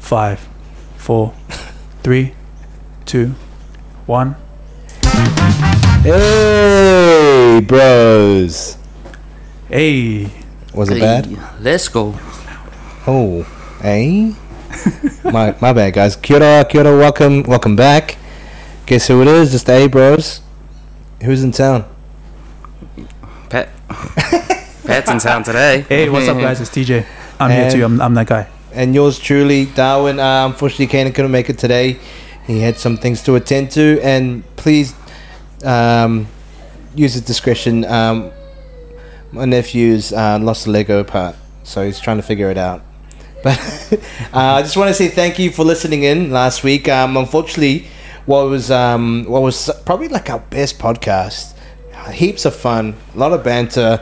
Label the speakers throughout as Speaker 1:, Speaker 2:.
Speaker 1: Five, four, three, two, one.
Speaker 2: Hey, bros.
Speaker 1: Hey,
Speaker 2: Was it
Speaker 3: Hey,
Speaker 2: bad?
Speaker 3: Let's go.
Speaker 2: Oh, hey. my my bad, guys. Kia ora, kia ora. Welcome, welcome back. Guess who it is? Just the hey, bros. Who's in town?
Speaker 3: Pat. Pat's in town today.
Speaker 1: hey, what's up, guys? It's TJ. I'm here
Speaker 2: And-
Speaker 1: too. I'm, I'm that guy.
Speaker 2: And yours truly, Darwin. Uh, unfortunately, Kanan couldn't make it today. He had some things to attend to, and please um, use his discretion. Um, my nephew's uh, lost the Lego part, so he's trying to figure it out. But uh, I just want to say thank you for listening in last week. Um, unfortunately, what was um, what was probably like our best podcast, heaps of fun, a lot of banter.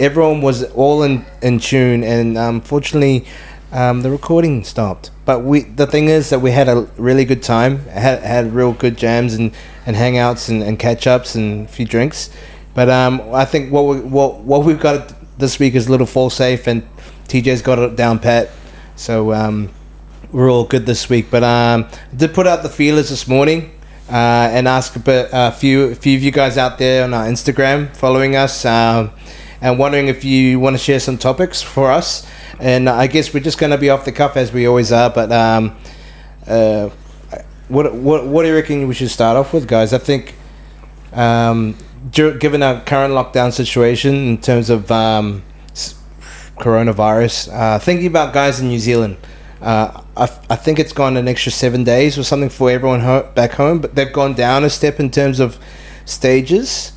Speaker 2: Everyone was all in, in tune, and unfortunately, um, the recording stopped. But we the thing is that we had a really good time, had, had real good jams and, and hangouts and, and catch ups and a few drinks. But um, I think what we what what we've got this week is a little fall safe, and TJ's got it down pat. So um, we're all good this week. But um, I did put out the feelers this morning uh, and ask a, bit, a few a few of you guys out there on our Instagram following us um, and wondering if you want to share some topics for us. And I guess we're just going to be off the cuff as we always are. But um, uh, what what what do you reckon we should start off with, guys? I think um, dur- given our current lockdown situation in terms of um, s- coronavirus, uh, thinking about guys in New Zealand, uh, I, f- I think it's gone an extra seven days or something for everyone ho- back home, but they've gone down a step in terms of stages.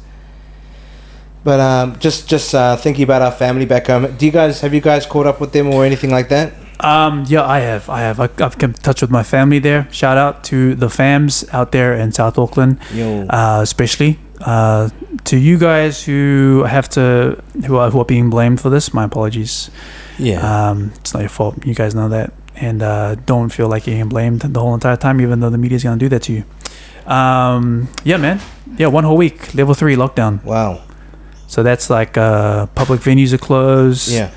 Speaker 2: But um, just just uh, thinking about our family back home, do you guys have you guys caught up with them or anything like that?
Speaker 1: Um, yeah, I have, I have. I, I've kept in touch with my family there. Shout out to the fams out there in South Auckland.
Speaker 2: Yo.
Speaker 1: uh, especially uh, to you guys who have to who are who are being blamed for this. My apologies.
Speaker 2: yeah.
Speaker 1: Um, it's not your fault. You guys know that, and uh, don't feel like you're getting blamed the whole entire time, even though the media's gonna do that to you. Um, yeah, man. Yeah, one whole week, level three lockdown.
Speaker 2: wow.
Speaker 1: So that's like uh, public venues are closed.
Speaker 2: Yeah.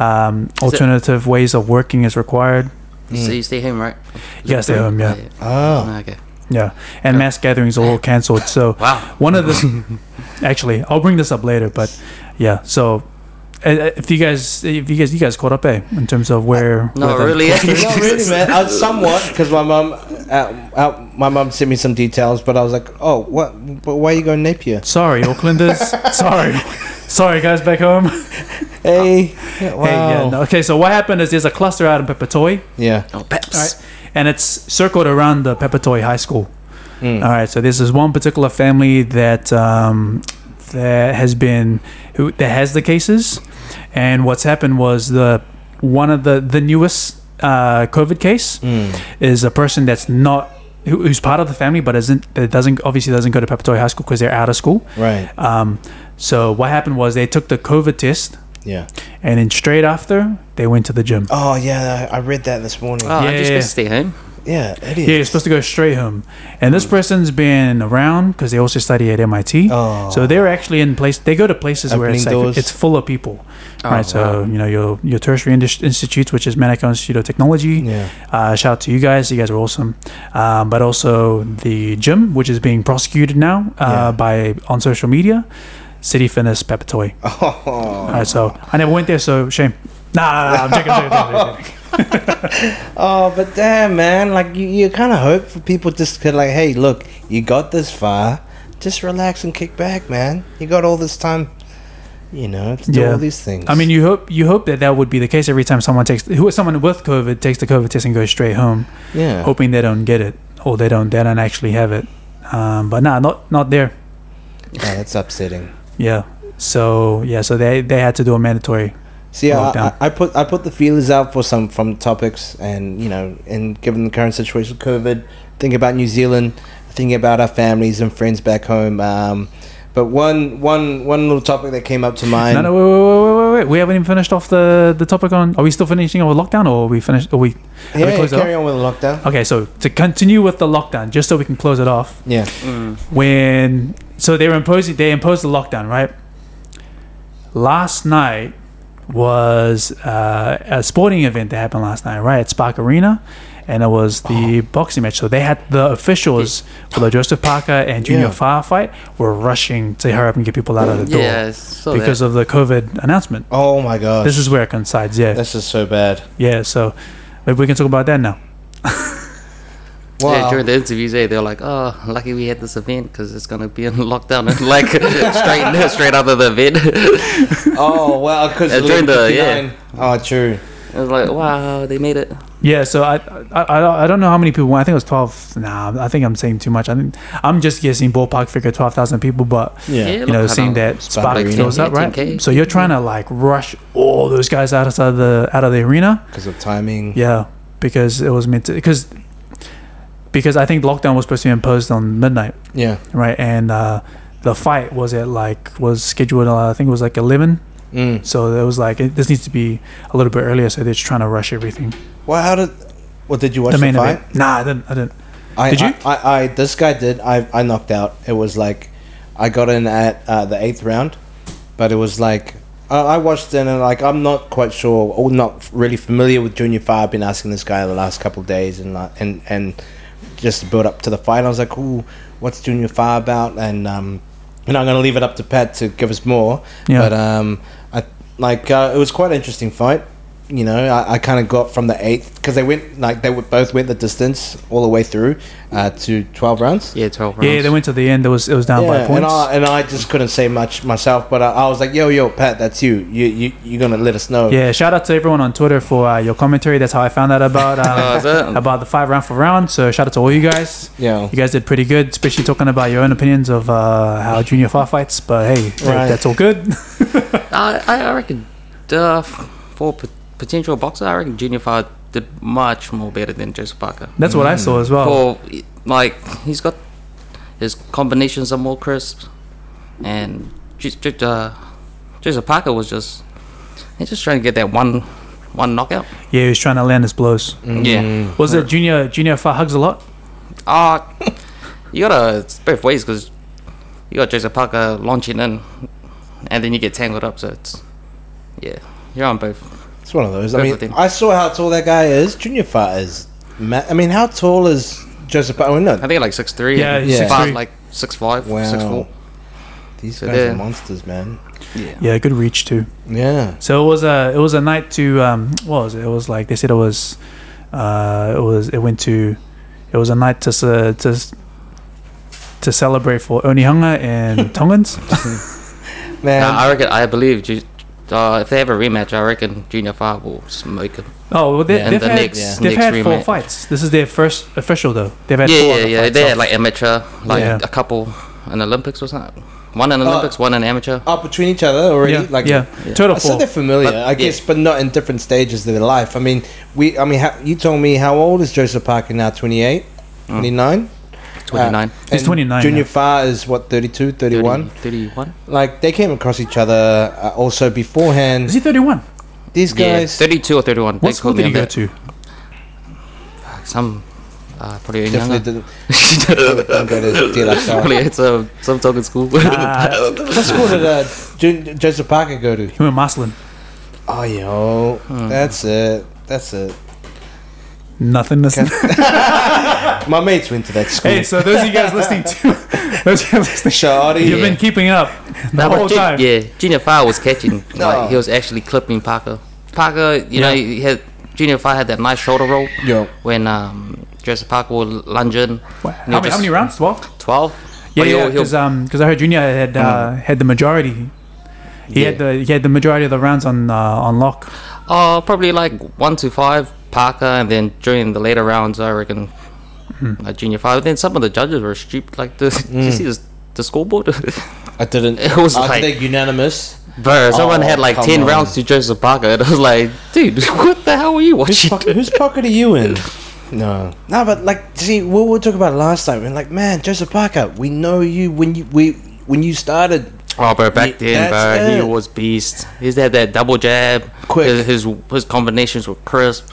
Speaker 1: Um,
Speaker 3: it-
Speaker 1: alternative ways of working is required.
Speaker 3: You Mm. So you stay home, right?
Speaker 1: Yeah, stay home, yeah.
Speaker 2: Oh.
Speaker 3: Okay.
Speaker 1: Yeah, and mass gatherings are all cancelled. So
Speaker 3: Wow.
Speaker 1: One of the actually, I'll bring this up later, but yeah. So uh, uh, if you guys, if you guys, you guys caught up, eh, in terms of where?
Speaker 3: No,
Speaker 1: where the-
Speaker 3: really. eh?
Speaker 2: Not really, man. I was somewhat because my mum, uh, uh, my mum sent me some details, but I was like, "Oh, what? But why are you going Napier?
Speaker 1: Sorry, Aucklanders. sorry, sorry, guys back home.
Speaker 2: Hey, yeah, wow,
Speaker 1: Hey, yeah, no, okay, so what happened is there's a cluster out in Pepatoy,
Speaker 2: yeah,
Speaker 3: Oh, peps.
Speaker 1: all right, and it's circled around the Pepatoy High School.
Speaker 2: Mm.
Speaker 1: All right, so there's this one particular family that um, that has been who that has the cases, and what's happened was the one of the the newest uh, COVID case
Speaker 2: Mm.
Speaker 1: is a person that's not who, who's part of the family but isn't that doesn't obviously doesn't go to Papatoy High School because they're out of school.
Speaker 2: right,
Speaker 1: Um, so what happened was they took the COVID test
Speaker 2: yeah.
Speaker 1: and then straight after they went to the gym.
Speaker 2: Oh yeah, I I read that this morning.
Speaker 3: Oh, I'm
Speaker 1: Yeah,
Speaker 3: just
Speaker 1: yeah.
Speaker 3: supposed to stay home.
Speaker 2: yeah, it is.
Speaker 1: Yeah, you're supposed to go straight home. And
Speaker 2: Mm.
Speaker 1: this person's been around because they also study at MIT.
Speaker 2: Oh,
Speaker 1: So they're actually in place. They go to places where
Speaker 2: Opening
Speaker 1: it's like,
Speaker 2: doors.
Speaker 1: it's full of people,
Speaker 3: Oh,
Speaker 1: right? So
Speaker 3: wow.
Speaker 1: you know your your tertiary indus- institutes, which is Manukau Institute of Technology.
Speaker 2: yeah,
Speaker 1: Uh, shout out to you guys. You guys are awesome. Um, but also the gym, which is being prosecuted now uh,
Speaker 2: Yeah.
Speaker 1: by on social media, City Fitness Pepitoy.
Speaker 2: oh,
Speaker 1: All right, so I never went there, so shame. Nah, nah, nah, I'm joking. I'm joking, I'm joking, I'm joking.
Speaker 2: oh, but damn, man, like you, you kind of hope for people just to like, hey, look, you got this far, just relax and kick back, man. You got all this time, you know, to do
Speaker 1: Yeah.
Speaker 2: all these things.
Speaker 1: I mean, you hope you hope that that would be the case every time someone takes who someone with COVID takes the COVID test and goes straight home,
Speaker 2: yeah,
Speaker 1: hoping they don't get it or they don't they don't actually have it. Um, but nah, not not there.
Speaker 2: Yeah, that's upsetting.
Speaker 1: Yeah. So yeah, so they they had to do a mandatory.
Speaker 2: See, I,
Speaker 1: Lockdown.
Speaker 2: I, I put I put the feelers out for some from topics, and you know, and given the current situation, COVID, think about New Zealand, thinking about our families and friends back home. Um, but one one one little topic that came up to mind.
Speaker 1: no, no, wait, wait, wait, wait, wait, wait. We haven't even finished off the the topic on. Are we still finishing our lockdown or are we finished? Are we?
Speaker 2: yeah,
Speaker 1: we
Speaker 2: yeah,
Speaker 1: closed it Uh,
Speaker 2: carry on with the lockdown.
Speaker 1: Okay, so to continue with the lockdown, just so we can close it off.
Speaker 2: Yeah,
Speaker 3: Mm.
Speaker 1: when so they were imposing they imposed the lockdown right last night was uh, a sporting event that happened last night, right at Spark Arena, and it was the boxing match. So they had the officials for the Joseph Parker and Junior
Speaker 2: Yeah.
Speaker 1: Far fight were rushing to hurry up and get people out of the door
Speaker 3: Yeah, so
Speaker 1: because of the COVID announcement.
Speaker 2: Oh my gosh.
Speaker 1: This is where it coincides. Yeah,
Speaker 2: This is so bad.
Speaker 1: yeah. So maybe we can talk about that now.
Speaker 2: Wow.
Speaker 3: Yeah, during the interviews, eh, they're like, "Oh, lucky we had this event because it's gonna be in lockdown." And like straight, straight out of the event, it
Speaker 2: oh wow, because
Speaker 3: Yeah, during the- yeah.
Speaker 2: Oh, true.
Speaker 3: was like, "Wow, they made it."
Speaker 1: Yeah, so I, I I I don't know how many people. I think it was twelve. Nah, I think I'm saying too much. I think I'm just guessing ballpark figure twelve thousand people, but
Speaker 2: Yeah.
Speaker 1: you know, seeing that
Speaker 2: Spark
Speaker 1: Spark
Speaker 2: Arena.
Speaker 1: fills up,
Speaker 3: Yeah,
Speaker 1: right?
Speaker 3: 10K.
Speaker 1: So you're trying to like rush all those guys out outside the out of the arena,
Speaker 2: Because of timing.
Speaker 1: yeah, because it was meant to because because I think lockdown was supposed to be imposed on midnight,
Speaker 2: Yeah.
Speaker 1: right? And uh, the fight was at like was scheduled. Uh, I think it was like eleven.
Speaker 2: Mm.
Speaker 1: So it was like it, this needs to be a little bit earlier. So they're just trying to rush everything.
Speaker 2: Well, how did? What did you watch
Speaker 1: the
Speaker 2: the,
Speaker 1: main
Speaker 2: fight?
Speaker 1: event? Nah, I didn't. I didn't.
Speaker 2: I,
Speaker 1: Did you?
Speaker 2: I, I, I this guy did. I, I knocked out. It was like, I got in at uh, the eighth round, but it was like I, I watched it and like I'm not quite sure or not really familiar with Junior Fire. I've been asking this guy the last couple of days and like and and just to build up to the fight. I was like, ooh, what's Junior Fire about? And um, you know, I'm gonna leave it up to Pat to give us more.
Speaker 1: Yeah.
Speaker 2: But um, I like uh, it was quite an interesting fight. You know, I, I kind of got from the eighth because they went like they were both went the distance all the way through uh, to twelve rounds.
Speaker 3: Yeah, twelve rounds.
Speaker 1: Yeah, they went to the end. It was it was down by points.
Speaker 2: and I and I just couldn't say much myself, but I, I was like, yo, yo, Pat, that's you. You you you're gonna let us know.
Speaker 1: yeah, shout out to everyone on Twitter for uh, your commentary. That's how I found out about
Speaker 3: Oh,
Speaker 1: uh,
Speaker 3: is it?
Speaker 1: about the five round for round. So shout out to all you guys.
Speaker 2: Yeah.
Speaker 1: You guys did pretty good, especially talking about your own opinions of uh, how junior far fights. But hey,
Speaker 2: Right.
Speaker 1: that's all good.
Speaker 3: I, I I reckon, uh, for p- potential boxer, I reckon Junior Fire did much more better than Joseph Parker.
Speaker 1: That's what I saw as well.
Speaker 3: For like, he's got his combinations are more crisp, and Ju- Ju- uh, Joseph Parker was just he's just trying to get that one one knockout.
Speaker 1: Yeah, he was trying to land his blows.
Speaker 3: Mm. Yeah.
Speaker 1: Was it junior junior far hugs a lot?
Speaker 3: Ah, you gotta it's both ways because you got Joseph Parker launching in, and then you get tangled up. So it's yeah, you're on both.
Speaker 2: It's one of those. I
Speaker 3: Good
Speaker 2: mean,
Speaker 3: with him.
Speaker 2: I saw how tall that guy is. Junior Fat is. Ma- I mean, how tall is Joseph? I mean,
Speaker 3: I
Speaker 2: no,
Speaker 3: think like six three.
Speaker 1: Yeah,
Speaker 2: he's Yeah.
Speaker 1: 6'3".
Speaker 3: like six five,
Speaker 2: Wow.
Speaker 3: six four.
Speaker 2: these
Speaker 3: So
Speaker 2: guys
Speaker 3: they're-
Speaker 2: are monsters, man.
Speaker 3: Yeah.
Speaker 1: Yeah, good reach too.
Speaker 2: Yeah.
Speaker 1: So it was a it was a night to um what was it? It was like they said it was uh it was it went to it was a night to ce- to s- to celebrate for Onihanga and Tongans.
Speaker 2: Man,
Speaker 3: Nah, I reckon. I believe. Ju- Uh, if they have a rematch, I reckon Junior Fire will smoke him.
Speaker 1: Oh, well, they,
Speaker 2: Yeah.
Speaker 1: they've
Speaker 3: And the
Speaker 1: had
Speaker 3: next-
Speaker 1: they've
Speaker 3: next
Speaker 1: had four
Speaker 3: rematch.
Speaker 1: fights. This is their first official though. They've had
Speaker 3: Yeah,
Speaker 1: four
Speaker 3: yeah,
Speaker 1: other
Speaker 3: yeah.
Speaker 1: fights,
Speaker 3: They
Speaker 1: so-
Speaker 3: had like amateur, like
Speaker 1: Yeah.
Speaker 3: a couple in Olympics or something. One in
Speaker 2: Oh.
Speaker 3: Olympics, one in amateur.
Speaker 2: are between each other already.
Speaker 1: yeah,
Speaker 2: like
Speaker 1: yeah.
Speaker 3: Yeah.
Speaker 1: total
Speaker 2: I said
Speaker 1: four.
Speaker 2: they're familiar,
Speaker 3: But-
Speaker 2: I guess, but not in different stages of their life. I mean, we. I mean, how, you told me how old is Joseph Parker now? 28?
Speaker 3: Mm.
Speaker 2: 29?
Speaker 3: Twenty nine.
Speaker 1: He's
Speaker 2: And
Speaker 1: 29
Speaker 2: Junior
Speaker 1: now.
Speaker 2: Far is what 32, 31.
Speaker 3: 31?
Speaker 2: Like they came across each other uh, also beforehand.
Speaker 1: Is he thirty one?
Speaker 2: These
Speaker 3: Yeah,
Speaker 2: guys,
Speaker 3: 32 or 31.
Speaker 1: What
Speaker 3: they
Speaker 1: school
Speaker 3: called
Speaker 1: did
Speaker 3: me
Speaker 1: he
Speaker 3: on
Speaker 1: go
Speaker 3: that.
Speaker 1: to?
Speaker 3: Some, uh, probably
Speaker 2: definitely
Speaker 3: younger.
Speaker 2: didn't, didn't go to De La Salle.
Speaker 3: Probably it's uh, some talking school.
Speaker 1: Uh,
Speaker 2: What school did uh, Ju- Joseph Parker go to?
Speaker 1: he went Maslin.
Speaker 2: Oh, yo,
Speaker 3: Hmm.
Speaker 2: that's it. That's it.
Speaker 1: Nothing. Listen.
Speaker 2: My mates went to that school.
Speaker 1: hey, so those of you guys listening to those of you guys listening,
Speaker 2: Shoddy.
Speaker 1: you've been keeping up the
Speaker 3: Nah, but
Speaker 1: whole
Speaker 3: Ju-
Speaker 1: time.
Speaker 3: Yeah, Junior Fire was catching.
Speaker 2: No.
Speaker 3: Like, he was actually clipping Parker. Parker,
Speaker 1: Yeah.
Speaker 3: you know, he had Junior Fire had that nice shoulder roll
Speaker 2: Yo.
Speaker 3: when um, Joseph Parker would lunge in.
Speaker 1: Wow. How, many, how many rounds? Twelve.
Speaker 3: 12?
Speaker 1: Yeah,
Speaker 3: But he'll-
Speaker 1: yeah,
Speaker 3: he'll- Hmm.
Speaker 1: because I heard Junior had uh, had the majority. He had the he had the majority of the rounds on uh, on lock.
Speaker 3: Uh, probably like one to five Parker, and then during the later rounds, I reckon
Speaker 2: Hmm.
Speaker 3: uh, junior five. Then some of the judges were stupid. Like the did you see this, the scoreboard?
Speaker 2: I didn't.
Speaker 3: It was
Speaker 2: I
Speaker 3: like-
Speaker 2: think unanimous.
Speaker 3: Bro,
Speaker 2: Oh,
Speaker 3: someone had like
Speaker 2: come
Speaker 3: ten
Speaker 2: on.
Speaker 3: rounds to Joseph Parker, and I was like, dude, what the hell were you
Speaker 2: Whose,
Speaker 3: watching?
Speaker 2: poc- whose pocket are you in? No, no, but like, see, what we were talking about last time, and like, man, Joseph Parker, we know you when you we when you started.
Speaker 3: Oh, bro, back
Speaker 2: Ye- that's
Speaker 3: then, bro,
Speaker 2: it.
Speaker 3: he was beast. He's had that double jab.
Speaker 2: Quick.
Speaker 3: His, his his combinations were crisp,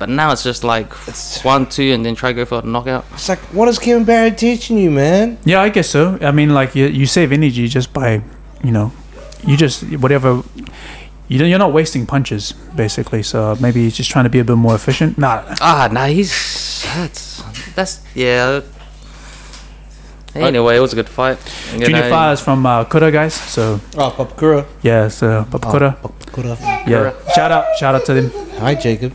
Speaker 3: but now it's just like
Speaker 2: It's-
Speaker 3: one, two, and then try to go for a knockout.
Speaker 2: It's like, what is Kevin Barrett teaching you, man?
Speaker 1: Yeah, I guess so. I mean, like you, you save energy just by, you know, you just whatever. you don't- you're not wasting punches basically. So maybe he's just trying to be a bit more efficient. Nah,
Speaker 3: Ah, no, he's that's that's yeah. Anyway, it was a good fight. You
Speaker 1: Junior
Speaker 3: know,
Speaker 1: Fire is from uh, Kura, guys. So
Speaker 2: Oh, Papakura.
Speaker 1: yeah, so
Speaker 2: Oh,
Speaker 1: Papa Kura.
Speaker 2: Papakura.
Speaker 1: Yeah, shout out, shout out to them.
Speaker 2: Hi, Jacob.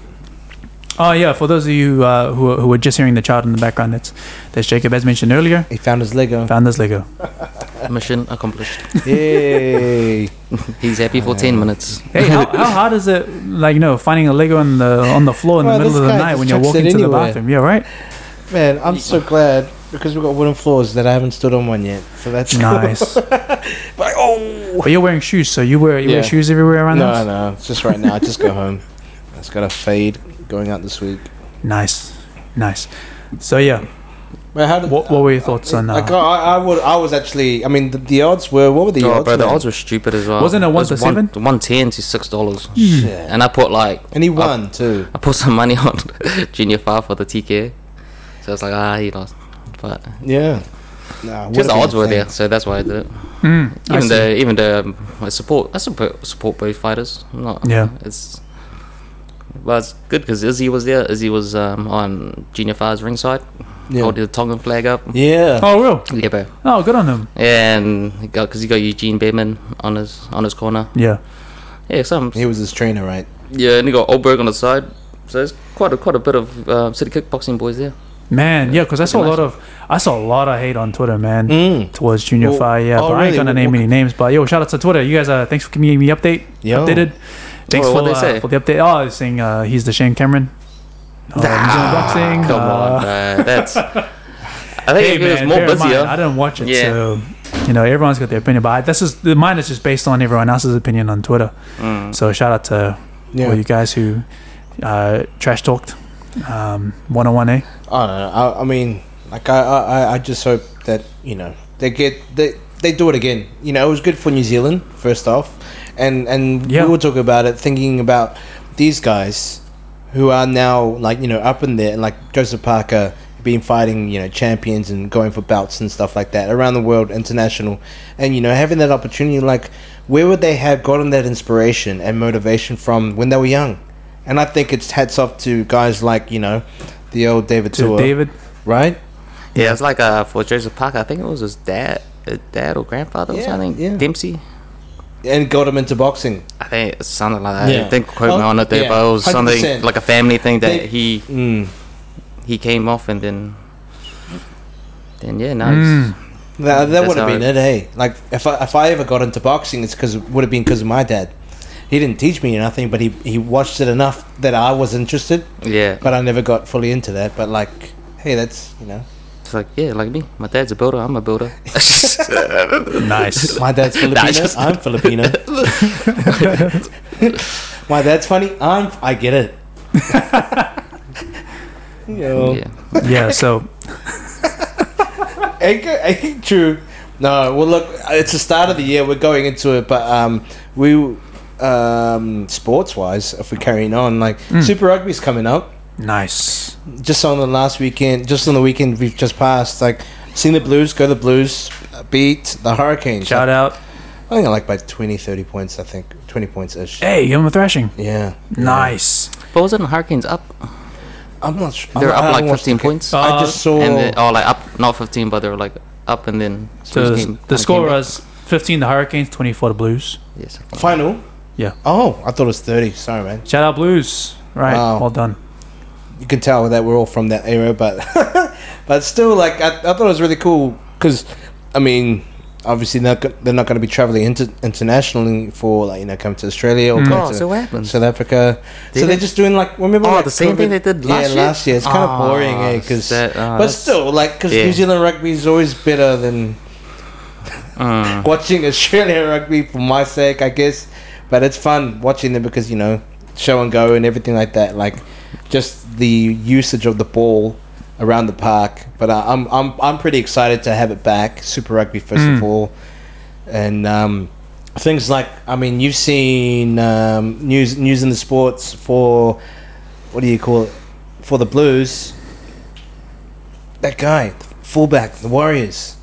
Speaker 1: Oh yeah, for those of you uh, who are, who are just hearing the child in the background, that's that's Jacob as mentioned earlier.
Speaker 2: He found his Lego.
Speaker 1: Found this Lego.
Speaker 3: Mission accomplished.
Speaker 2: Yay.
Speaker 3: He's happy for ten minutes.
Speaker 1: Hey, how, how hard is it, like you know, finding a Lego on the on the floor in
Speaker 2: Well,
Speaker 1: the middle
Speaker 2: this
Speaker 1: of the
Speaker 2: guy
Speaker 1: night
Speaker 2: just
Speaker 1: when you're
Speaker 2: chucks it
Speaker 1: walking to the
Speaker 2: anywhere.
Speaker 1: bathroom? Yeah, right.
Speaker 2: Man, I'm so glad because we've got wooden floors that I haven't stood on one yet. So that's cool.
Speaker 1: Nice.
Speaker 2: Like, oh.
Speaker 1: But you're wearing shoes, so you wear you
Speaker 2: Yeah.
Speaker 1: wear shoes everywhere around the
Speaker 2: No,
Speaker 1: house.
Speaker 2: no. It's just right now. I just go home. It's got a fade going out this week.
Speaker 1: Nice, nice. So yeah,
Speaker 2: But how did,
Speaker 1: what, what were your thoughts on?
Speaker 2: Like,
Speaker 1: Uh,
Speaker 2: I, I would. I was actually. I mean, the, the odds were. What were the
Speaker 3: oh,
Speaker 2: odds?
Speaker 3: bro, the
Speaker 2: man?
Speaker 3: odds were stupid as well.
Speaker 1: Wasn't it one to seven?
Speaker 3: One ten to six dollars.
Speaker 2: Shit.
Speaker 3: And I put like
Speaker 2: And he won too.
Speaker 3: I put some money on Junior Far for the TK. So it's like ah, you know, but
Speaker 2: Yeah. Nah,
Speaker 3: just
Speaker 2: would've
Speaker 3: the odds
Speaker 2: been
Speaker 3: were there,
Speaker 2: insane.
Speaker 3: so that's why I did it.
Speaker 1: mm, I
Speaker 3: Even
Speaker 1: see.
Speaker 3: though, even though um, I support, I support support both fighters. I'm not,
Speaker 1: Yeah.
Speaker 3: it's but it's good because Izzy was there. Izzy was um, on Junior Far's ringside,
Speaker 2: Yeah.
Speaker 3: holding the Tongan flag up.
Speaker 2: Yeah.
Speaker 1: Oh, real?
Speaker 3: Yeah, bro.
Speaker 1: Oh, good on him.
Speaker 3: And he got because he got Eugene Behrman on his on his corner.
Speaker 1: Yeah.
Speaker 3: Yeah, some
Speaker 2: He was his trainer, right?
Speaker 3: yeah, and he got Oldberg on the side. So it's quite a quite a bit of uh, city kickboxing boys there.
Speaker 1: Man, yeah, because I saw a lot
Speaker 3: nice.
Speaker 1: of I saw a lot of hate on Twitter, man,
Speaker 2: Mm.
Speaker 1: towards Junior
Speaker 2: Well,
Speaker 1: Fire. Yeah,
Speaker 2: oh,
Speaker 1: but I ain't
Speaker 2: really?
Speaker 1: gonna name
Speaker 2: Well,
Speaker 1: any names. But yo, shout out to Twitter. You guys, uh, thanks for giving me update.
Speaker 2: Yo.
Speaker 1: Updated. Thanks
Speaker 3: Well,
Speaker 1: for,
Speaker 3: what'd they
Speaker 1: uh,
Speaker 3: say?
Speaker 1: for the update. Oh, they're saying uh, he's the Shane Cameron. Uh, New Zealand boxing.
Speaker 3: Come
Speaker 1: uh,
Speaker 3: on, bro. that's. I think
Speaker 1: Hey,
Speaker 3: if it was
Speaker 1: man,
Speaker 3: more
Speaker 1: bear in mind,
Speaker 3: busier.
Speaker 1: I didn't watch it,
Speaker 3: Yeah.
Speaker 1: so you know everyone's got their opinion. But I, this is the- mine is just based on everyone else's opinion on Twitter.
Speaker 3: Mm.
Speaker 1: So shout out to
Speaker 2: Yeah.
Speaker 1: all you guys who uh, trash talked. Um, 101 eh?
Speaker 2: I don't know. I, I mean, like I, I, I- I just hope that you know they get they they do it again. You know, it was good for New Zealand first off, and and
Speaker 1: Yeah.
Speaker 2: we were talking about it, thinking about these guys who are now like you know up in there, and like Joseph Parker been fighting you know champions and going for belts and stuff like that around the world, international, and you know having that opportunity. Like, where would they have gotten that inspiration and motivation from when they were young? And I think it's hats off to guys like you know. The old David
Speaker 1: to
Speaker 2: Tua
Speaker 1: David.
Speaker 2: right?
Speaker 3: Yeah, it's like uh, for Joseph Parker, I think it was his dad, his dad or grandfather or
Speaker 2: Yeah,
Speaker 3: something.
Speaker 2: yeah.
Speaker 3: Dempsey.
Speaker 2: And got him into boxing.
Speaker 3: I think it sounded like that.
Speaker 2: Yeah.
Speaker 3: I didn't quote me
Speaker 2: Oh,
Speaker 3: on it there,
Speaker 2: yeah,
Speaker 3: but it was something
Speaker 2: 100%.
Speaker 3: like a family thing that
Speaker 2: They-
Speaker 3: he
Speaker 2: Mm.
Speaker 3: he came off and then then yeah, no,
Speaker 1: Mm.
Speaker 3: he's-
Speaker 2: That, that
Speaker 3: That's
Speaker 2: would have
Speaker 3: how
Speaker 2: been it,
Speaker 3: it-
Speaker 2: hey. Like if I if I ever got into boxing, it's because would have been because of my dad. He didn't teach me nothing, but he he watched it enough that I was interested,
Speaker 3: yeah.
Speaker 2: but I never got fully into that. But like, hey, that's you know,
Speaker 3: It's like yeah, like me. My dad's a builder. I'm a builder.
Speaker 1: Mm, Nice.
Speaker 2: my dad's Filipino,
Speaker 3: just-
Speaker 2: I'm Filipino. my dad's funny, I'm I get it. Yo.
Speaker 3: yeah.
Speaker 1: yeah, so
Speaker 2: Ain't go- ain't True. No, well, look, it's the start of the year. We're going into it, but um, we um, sports-wise, if we're carrying on, like
Speaker 1: Hmm.
Speaker 2: Super Rugby's coming up.
Speaker 1: nice.
Speaker 2: Just on the last weekend, just on the weekend we've just passed, like seen the Blues go. The Blues beat the Hurricanes.
Speaker 1: Shout out.
Speaker 2: I think like by 20, 30 points. I think twenty points ish. Yeah.
Speaker 1: Hey, give him a thrashing.
Speaker 2: yeah.
Speaker 1: Nice.
Speaker 3: But wasn't the Hurricanes up?
Speaker 2: I'm not sure.
Speaker 3: They were
Speaker 2: I'm not- I
Speaker 3: up like
Speaker 2: haven't watched the
Speaker 3: 15
Speaker 2: game. Uh,
Speaker 3: points.
Speaker 2: I
Speaker 1: Uh,
Speaker 2: just saw.
Speaker 3: and then, oh, like up not 15, but they were like up and then
Speaker 1: So
Speaker 3: Blues
Speaker 1: the,
Speaker 3: came-
Speaker 1: the
Speaker 3: kinda
Speaker 1: score
Speaker 3: came back.
Speaker 1: was 15 the Hurricanes, 24 the Blues.
Speaker 3: yes.
Speaker 2: Final.
Speaker 1: Yeah.
Speaker 2: Oh, I thought it was thirty. Sorry, man.
Speaker 1: Shout out Blues. Right.
Speaker 2: Wow.
Speaker 1: Well done.
Speaker 2: you can tell that we're all from that era, but but still, like I, I thought it was really cool because I mean, obviously not, go- they're not going to be traveling inter- internationally for like you know coming to Australia or come
Speaker 3: Oh,
Speaker 2: to
Speaker 3: so what happened?
Speaker 2: South Africa.
Speaker 3: Did
Speaker 2: so they're
Speaker 3: they-
Speaker 2: just doing like remember
Speaker 3: Oh,
Speaker 2: like,
Speaker 3: the same thing they did last
Speaker 2: yeah,
Speaker 3: year?
Speaker 2: last year. It's kind of
Speaker 3: Ah,
Speaker 2: boring, eh? Because
Speaker 3: that-
Speaker 2: but
Speaker 3: ah, that's-
Speaker 2: still, like because
Speaker 3: yeah.
Speaker 2: New Zealand rugby is always better than
Speaker 3: Mm.
Speaker 2: watching Australian rugby for my sake, I guess. But it's fun watching them because you know show and go and everything like that. Like just the usage of the ball around the park. But I, I'm I'm I'm pretty excited to have it back. Super Rugby first of all, and um, things like I mean you've seen um, news news in the sports for what do you call it for the Blues. That guy, the fullback, the Warriors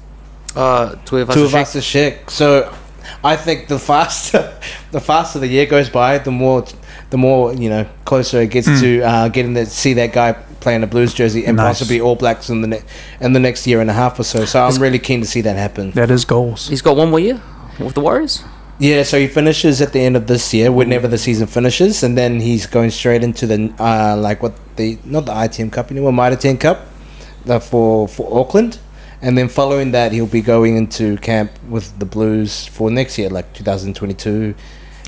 Speaker 3: Uh, two of us.
Speaker 2: two
Speaker 3: are
Speaker 2: of us
Speaker 3: shit.
Speaker 2: are sick. So I think the faster the faster the year goes by, the more the more you know closer it gets to uh, getting to see that guy playing a Blues jersey and
Speaker 1: Nice.
Speaker 2: possibly All Blacks in the ne- in the next year and a half or so. So I'm really keen to see that happen.
Speaker 1: That is goals.
Speaker 3: He's got one more year with the Warriors.
Speaker 2: Yeah, so he finishes at the end of this year, whenever the season finishes, and then he's going straight into the uh, like what the not the ITM Cup anymore, Mitre 10 Cup uh, for for Auckland, and then following that he'll be going into camp with the Blues for next year, like 2022, and then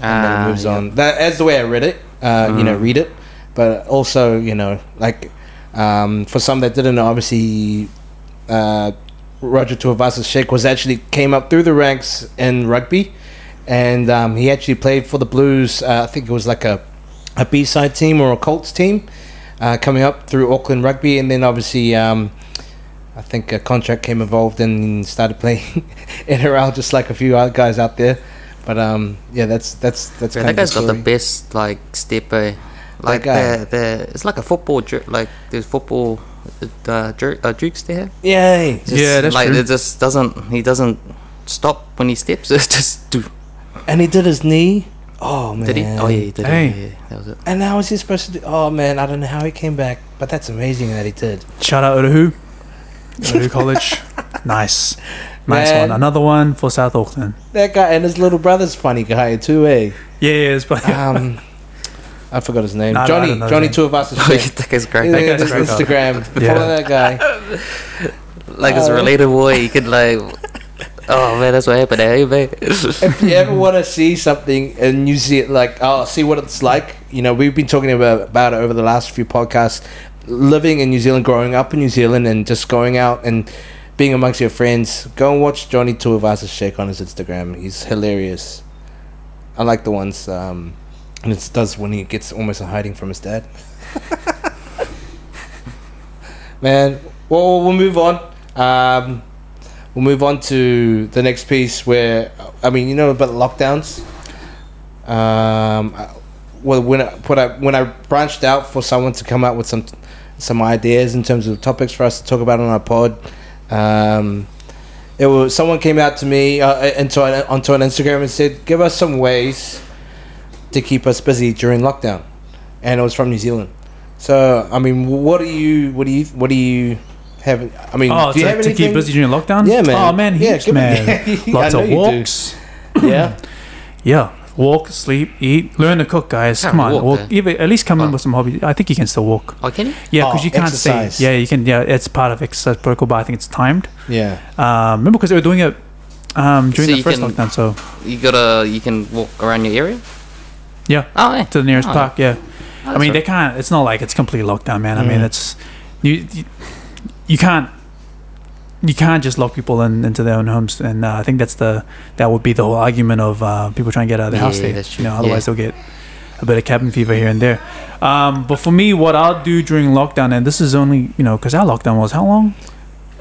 Speaker 3: Ah,
Speaker 2: it moves
Speaker 3: yeah. Mm.
Speaker 2: on. That, that's the way I read it. Uh, You know, read it, but also you know like um, for some that didn't know, obviously. Uh, Roger Tuivasa Sheikh was actually came up through the ranks in rugby, and um, he actually played for the Blues. Uh, I think it was like a a B side team or a Colts team uh, coming up through Auckland rugby, and then obviously. Um, I think a contract came involved and started playing NRL just like a few other guys out there, but um, yeah, that's that's that's
Speaker 3: Yeah,
Speaker 2: kind of
Speaker 3: that guy's
Speaker 2: the
Speaker 3: got the
Speaker 2: story.
Speaker 3: best like step. Eh? Like
Speaker 2: guy.
Speaker 3: the the it's like a football jerk. Like there's football uh, jerk, uh, jukes they have.
Speaker 2: Yay!
Speaker 3: Just,
Speaker 1: Yeah, that's
Speaker 3: like
Speaker 1: true.
Speaker 3: it just doesn't he doesn't stop when he steps. It's just do.
Speaker 2: And he did his knee. Oh man!
Speaker 3: Did he? Oh yeah, he did. it.
Speaker 1: Hey.
Speaker 3: Yeah, yeah, that was it.
Speaker 2: And how was he supposed to do? Oh man, I don't know how he came back, but that's amazing that he did.
Speaker 1: Shout out Uruhu. Uruhu College. Nice. Nice
Speaker 2: Man.
Speaker 1: one. Another one for South Auckland.
Speaker 2: That guy and his little brother's funny guy too, eh?
Speaker 1: Yeah, yeah, it's Oh, but
Speaker 2: Um, I forgot his name.
Speaker 1: No, no, I
Speaker 2: Johnny.
Speaker 1: don't know his
Speaker 2: Johnny
Speaker 1: name.
Speaker 2: Two of Us.
Speaker 3: Oh, yeah, that guy's great.
Speaker 1: That guy's great.
Speaker 2: Instagram.
Speaker 1: Yeah.
Speaker 2: Follow that guy.
Speaker 3: Like it's
Speaker 1: Uh,
Speaker 2: Oh.
Speaker 3: relatable. eh? You could like. Oh man, that's what happened. Hey, man.
Speaker 2: If you ever want to see something and you see it, like, oh, see what it's like. You know, we've been talking about about it over the last few podcasts. Living in New Zealand, growing up in New Zealand, and just going out and being amongst your friends. Go and watch Johnny Two of Us shake on his Instagram. He's hilarious. I like the ones. Um, and it does when he gets almost a hiding from his dad. Man, well, we'll move on. Um, we'll move on to the next piece where, I mean, you know about lockdowns. Um, I- well, when I, put I, when I branched out for someone to come up with some some ideas in terms of topics for us to talk about on our pod, um, it was someone came out to me uh, into an, onto an Instagram and said, "Give us some ways to keep us busy during lockdown," and it was from New Zealand. So, I mean, what do you, what do you, what do you have? I mean,
Speaker 1: Oh,
Speaker 2: do you
Speaker 1: to,
Speaker 2: have
Speaker 1: to keep
Speaker 2: anything-
Speaker 1: busy during lockdown?
Speaker 2: Yeah, man.
Speaker 1: Oh, man,
Speaker 2: Yeah,
Speaker 1: heaps,
Speaker 2: give it-
Speaker 1: man.
Speaker 2: I
Speaker 1: Lots
Speaker 2: know
Speaker 1: of
Speaker 2: you do.
Speaker 1: walks.
Speaker 2: Yeah,
Speaker 1: Yeah. Walk, sleep, eat, learn to cook, guys.
Speaker 3: Can't
Speaker 1: Come on,
Speaker 3: walk,
Speaker 1: walk.
Speaker 3: eh?
Speaker 1: Even, at least come in
Speaker 3: Oh.
Speaker 1: with some hobby. I think you can still walk.
Speaker 3: Oh, can you?
Speaker 1: Yeah,
Speaker 2: Oh,
Speaker 1: because you can't
Speaker 2: exercise.
Speaker 1: see. Yeah, you can. Yeah, it's part of exercise protocol, but I think it's timed.
Speaker 2: yeah.
Speaker 1: Um, remember, because they were doing it um, during
Speaker 3: So
Speaker 1: the
Speaker 3: you
Speaker 1: first
Speaker 3: can-
Speaker 1: lockdown, so
Speaker 3: You gotta. You can walk around your area.
Speaker 1: Yeah.
Speaker 3: Oh, yeah.
Speaker 1: to the nearest
Speaker 3: Oh.
Speaker 1: park. Yeah, I
Speaker 3: that's Mm.
Speaker 1: mean
Speaker 3: right.
Speaker 1: they can't. It's not like it's complete lockdown, man. I mean
Speaker 2: Mhm.
Speaker 1: it's you, you. You can't. You can't just lock people in into their own homes, and uh, I think that's the that would be the whole argument of uh, people trying to get out of their
Speaker 3: Yeah,
Speaker 1: house. There,
Speaker 3: that's true.
Speaker 1: you know, otherwise they'll get a bit of cabin fever here and there. Um, but for me, what I'll do during lockdown, and this is only you know because our lockdown was how long?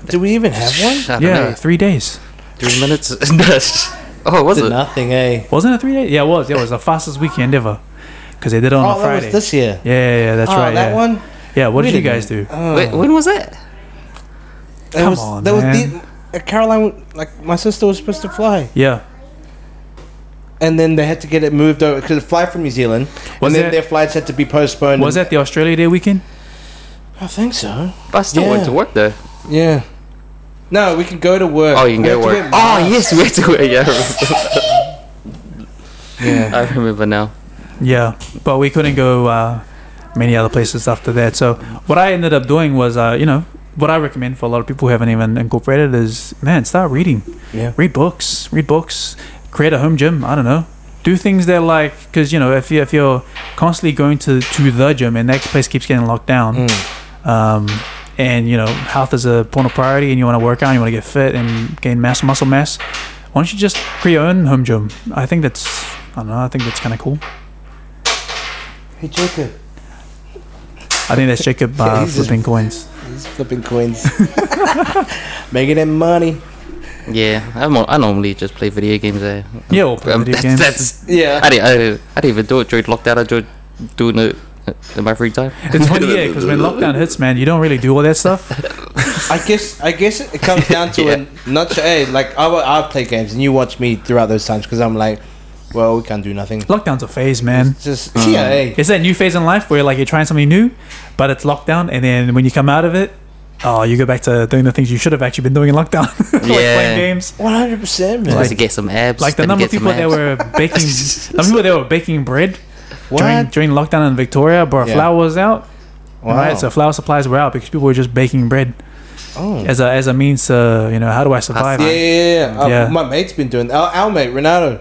Speaker 2: Do we even have one?
Speaker 3: I don't
Speaker 1: yeah,
Speaker 3: know,
Speaker 1: three days.
Speaker 3: three minutes. oh, was
Speaker 2: Did
Speaker 3: it?
Speaker 2: nothing, eh?
Speaker 1: Wasn't it three days? Yeah, it was. Yeah, it was the fastest weekend ever because they did it on
Speaker 2: Oh,
Speaker 1: a
Speaker 2: that
Speaker 1: Friday.
Speaker 2: was this year.
Speaker 1: yeah, yeah, yeah, that's
Speaker 2: oh,
Speaker 1: right.
Speaker 2: That
Speaker 1: yeah.
Speaker 2: one.
Speaker 1: yeah, what
Speaker 2: We
Speaker 1: did you
Speaker 2: didn't-
Speaker 1: guys do?
Speaker 2: Oh,
Speaker 3: Wait, when was that?
Speaker 2: that
Speaker 1: Come
Speaker 2: was,
Speaker 1: on,
Speaker 2: that
Speaker 1: man.
Speaker 2: was the, uh, Caroline. Like my sister was supposed to fly,
Speaker 1: Yeah,
Speaker 2: and then they had to get it moved over because it fly from New Zealand,
Speaker 1: Was
Speaker 2: and then
Speaker 1: that-
Speaker 2: their flights had to be postponed.
Speaker 1: was
Speaker 2: and-
Speaker 1: that the Australia Day weekend?
Speaker 2: I think so.
Speaker 3: But I still
Speaker 2: Yeah.
Speaker 3: went to work though.
Speaker 2: Yeah. No, we can go to work.
Speaker 3: Oh, you can
Speaker 2: We
Speaker 3: go to
Speaker 2: have
Speaker 3: work.
Speaker 2: wear
Speaker 3: Oh,
Speaker 2: masks.
Speaker 3: yes, we went to work. Yeah, I remember,
Speaker 2: Yeah.
Speaker 3: I remember now.
Speaker 1: Yeah, but we couldn't go uh, many other places after that. So what I ended up doing was, uh, you know, what I recommend for a lot of people who haven't even incorporated is, man, start reading,
Speaker 2: Yeah.
Speaker 1: read books, read books, create a home gym. I don't know, do things that like, because you know, if you if you're constantly going to to the gym and that place keeps getting locked down,
Speaker 2: Mm.
Speaker 1: um, and you know health is a point of priority and you want to work out and you want to get fit and gain mass muscle mass why don't you just create your own home gym i think that's i don't know i think that's kind of cool
Speaker 2: Hey, Jacob.
Speaker 1: i think that's jacob
Speaker 2: Yeah,
Speaker 1: uh,
Speaker 2: he's just-
Speaker 1: flipping coins
Speaker 2: He's flipping coins. Making that money.
Speaker 3: Yeah, I'm, I normally just play video games there.
Speaker 1: yeah well play
Speaker 3: Um,
Speaker 1: video
Speaker 3: that's,
Speaker 1: games.
Speaker 3: that's
Speaker 2: Yeah.
Speaker 3: I didn't, I didn't. I didn't even do it during lockdown. I do doing it uh, in my free time.
Speaker 1: it's funny yeah because when lockdown hits man you don't really do all that stuff
Speaker 2: I guess I guess it comes down to
Speaker 3: Yeah.
Speaker 2: a not to, hey, like I wa- I play games and you watch me throughout those times because I'm like, well, we can't do nothing.
Speaker 1: Lockdown's a phase, man. Uh,
Speaker 2: Just yeah, hey.
Speaker 1: It's that new phase in life where like you're trying something new, but it's lockdown, and then when you come out of it, oh, you go back to doing the things you should have actually been doing in lockdown, like
Speaker 3: Yeah.
Speaker 1: playing games.
Speaker 2: One hundred percent, man.
Speaker 3: Just to get some abs.
Speaker 1: Like the
Speaker 3: let
Speaker 1: number
Speaker 3: me
Speaker 1: of
Speaker 3: get some
Speaker 1: people that
Speaker 3: abs.
Speaker 1: were baking, the number of people that were baking bread during,
Speaker 2: what?
Speaker 1: during lockdown in Victoria, bro,
Speaker 2: Yeah.
Speaker 1: flour was out.
Speaker 2: Wow.
Speaker 1: Right, so flour supplies were out because people were just baking bread
Speaker 2: Oh.
Speaker 1: as a as a means to you know how do I survive?
Speaker 2: Yeah, yeah, yeah. Uh,
Speaker 1: Yeah.
Speaker 2: My mate's been doing our, our mate Renato,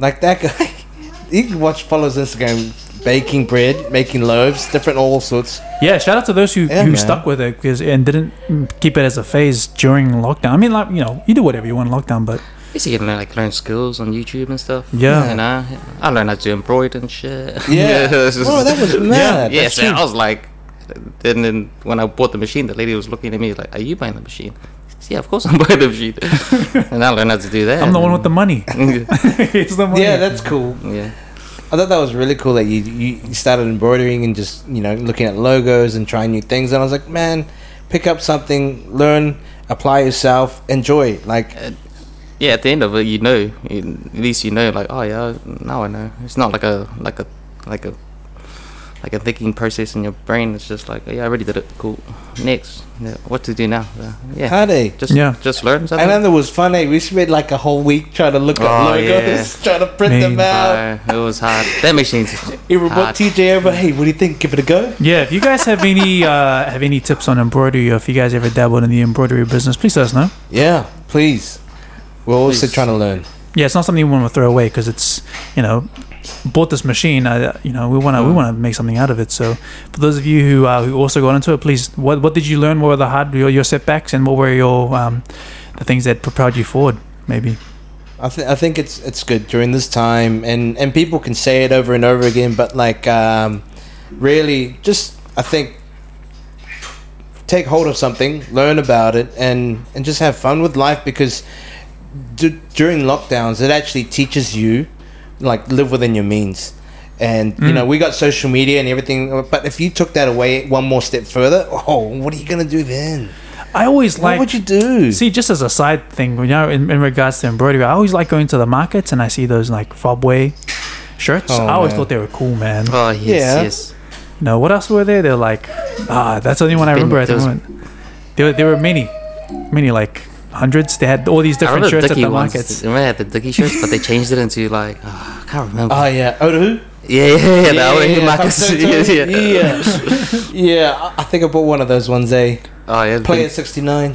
Speaker 2: like that guy. he can watch follows Instagram baking bread, making loaves, different all sorts.
Speaker 1: Yeah, shout out to those who,
Speaker 2: Yeah,
Speaker 1: who
Speaker 2: man.
Speaker 1: stuck with it 'cause- and didn't mm, keep it as a phase during lockdown. I mean, like you know, you do whatever you want in lockdown, but
Speaker 3: I used to get to learn, like learn skills on YouTube and stuff.
Speaker 1: Yeah.
Speaker 3: You know, I learned how to embroider and shit.
Speaker 2: Yeah.
Speaker 3: it's just-
Speaker 2: Bro, that was mad.
Speaker 3: Yeah,
Speaker 2: That's
Speaker 3: so
Speaker 2: huge.
Speaker 3: I was like, then then when I bought the machine, the lady was looking at me like, "Are you buying the machine?" I said, yeah, of course I'm buying the machine. and I learned how to do that.
Speaker 1: I'm the one with the money.
Speaker 3: the.
Speaker 1: it's the money.
Speaker 2: Yeah, that's cool.
Speaker 3: yeah.
Speaker 2: I thought that was really cool that you you started embroidering and just you know looking at logos and trying new things. And I was like, man, pick up something, learn, apply yourself, enjoy. Like
Speaker 3: Yeah, at the end of it, you know. you- At least you know, like, oh yeah, now I know. It's not like a like a like a like a thinking process in your brain. It's just like, oh, yeah, I already did it. Cool. Next, yeah, what to do now? Uh, yeah,
Speaker 2: how they.
Speaker 3: just
Speaker 1: Yeah.
Speaker 3: just learn something.
Speaker 2: And then it was fun. eh? we spent like a whole week trying to look at
Speaker 3: Oh,
Speaker 2: logos, trying to print them
Speaker 1: Man.
Speaker 2: out.
Speaker 3: No, it was hard. That machine's
Speaker 2: He brought
Speaker 3: hard.
Speaker 2: TJ over. Hey, what do you think? Give it a go.
Speaker 1: Yeah, if you guys have any uh, have any tips on embroidery, or if you guys ever dabbled in the embroidery business, please let us know.
Speaker 2: Yeah, please. We're also
Speaker 3: Please.
Speaker 2: trying to learn.
Speaker 1: Yeah, it's not something we want to throw away because it's you know bought this machine. I, you know we want to
Speaker 2: Mm.
Speaker 1: we want to make something out of it. So for those of you who uh, who also got into it, please what what did you learn? What were the hard your, your setbacks and what were your um, the things that propelled you forward? Maybe.
Speaker 2: I, th- I think it's it's good during this time, and and people can say it over and over again, but like, um, really, just I think take hold of something, learn about it, and and just have fun with life because d- during lockdowns, it actually teaches you like live within your means. And you
Speaker 1: Mm.
Speaker 2: know we got social media and everything, but if you took that away one more step further, oh, what are you gonna do then?
Speaker 1: I always
Speaker 2: what
Speaker 1: like
Speaker 2: would you do?
Speaker 1: See, just as a side thing, you know, in, in regards to embroidery, I always like going to the markets and I see those like Fobway shirts.
Speaker 2: Oh,
Speaker 1: I always
Speaker 2: man.
Speaker 1: thought they were cool, man.
Speaker 3: Oh yes,
Speaker 2: Yeah.
Speaker 3: yes.
Speaker 1: No, what else were there? They're like, ah, that's the only one I
Speaker 3: Been-
Speaker 1: remember at the
Speaker 3: those-
Speaker 1: moment. There, were- there were many, many like hundreds. They had all these
Speaker 3: I
Speaker 1: different
Speaker 3: remember
Speaker 1: shirts at
Speaker 3: Dickie
Speaker 1: the
Speaker 3: ones.
Speaker 1: markets.
Speaker 3: Remember they had the Dickie shirts, but they changed it into like ah, I can't remember.
Speaker 2: Oh yeah, Odahu.
Speaker 3: yeah, yeah, yeah. yeah, yeah, yeah,
Speaker 2: yeah, yeah.
Speaker 3: yeah,
Speaker 2: Yeah, I- I think I bought one of those ones. eh? A
Speaker 3: Oh yeah,
Speaker 2: Player
Speaker 3: Player.
Speaker 2: sixty nine.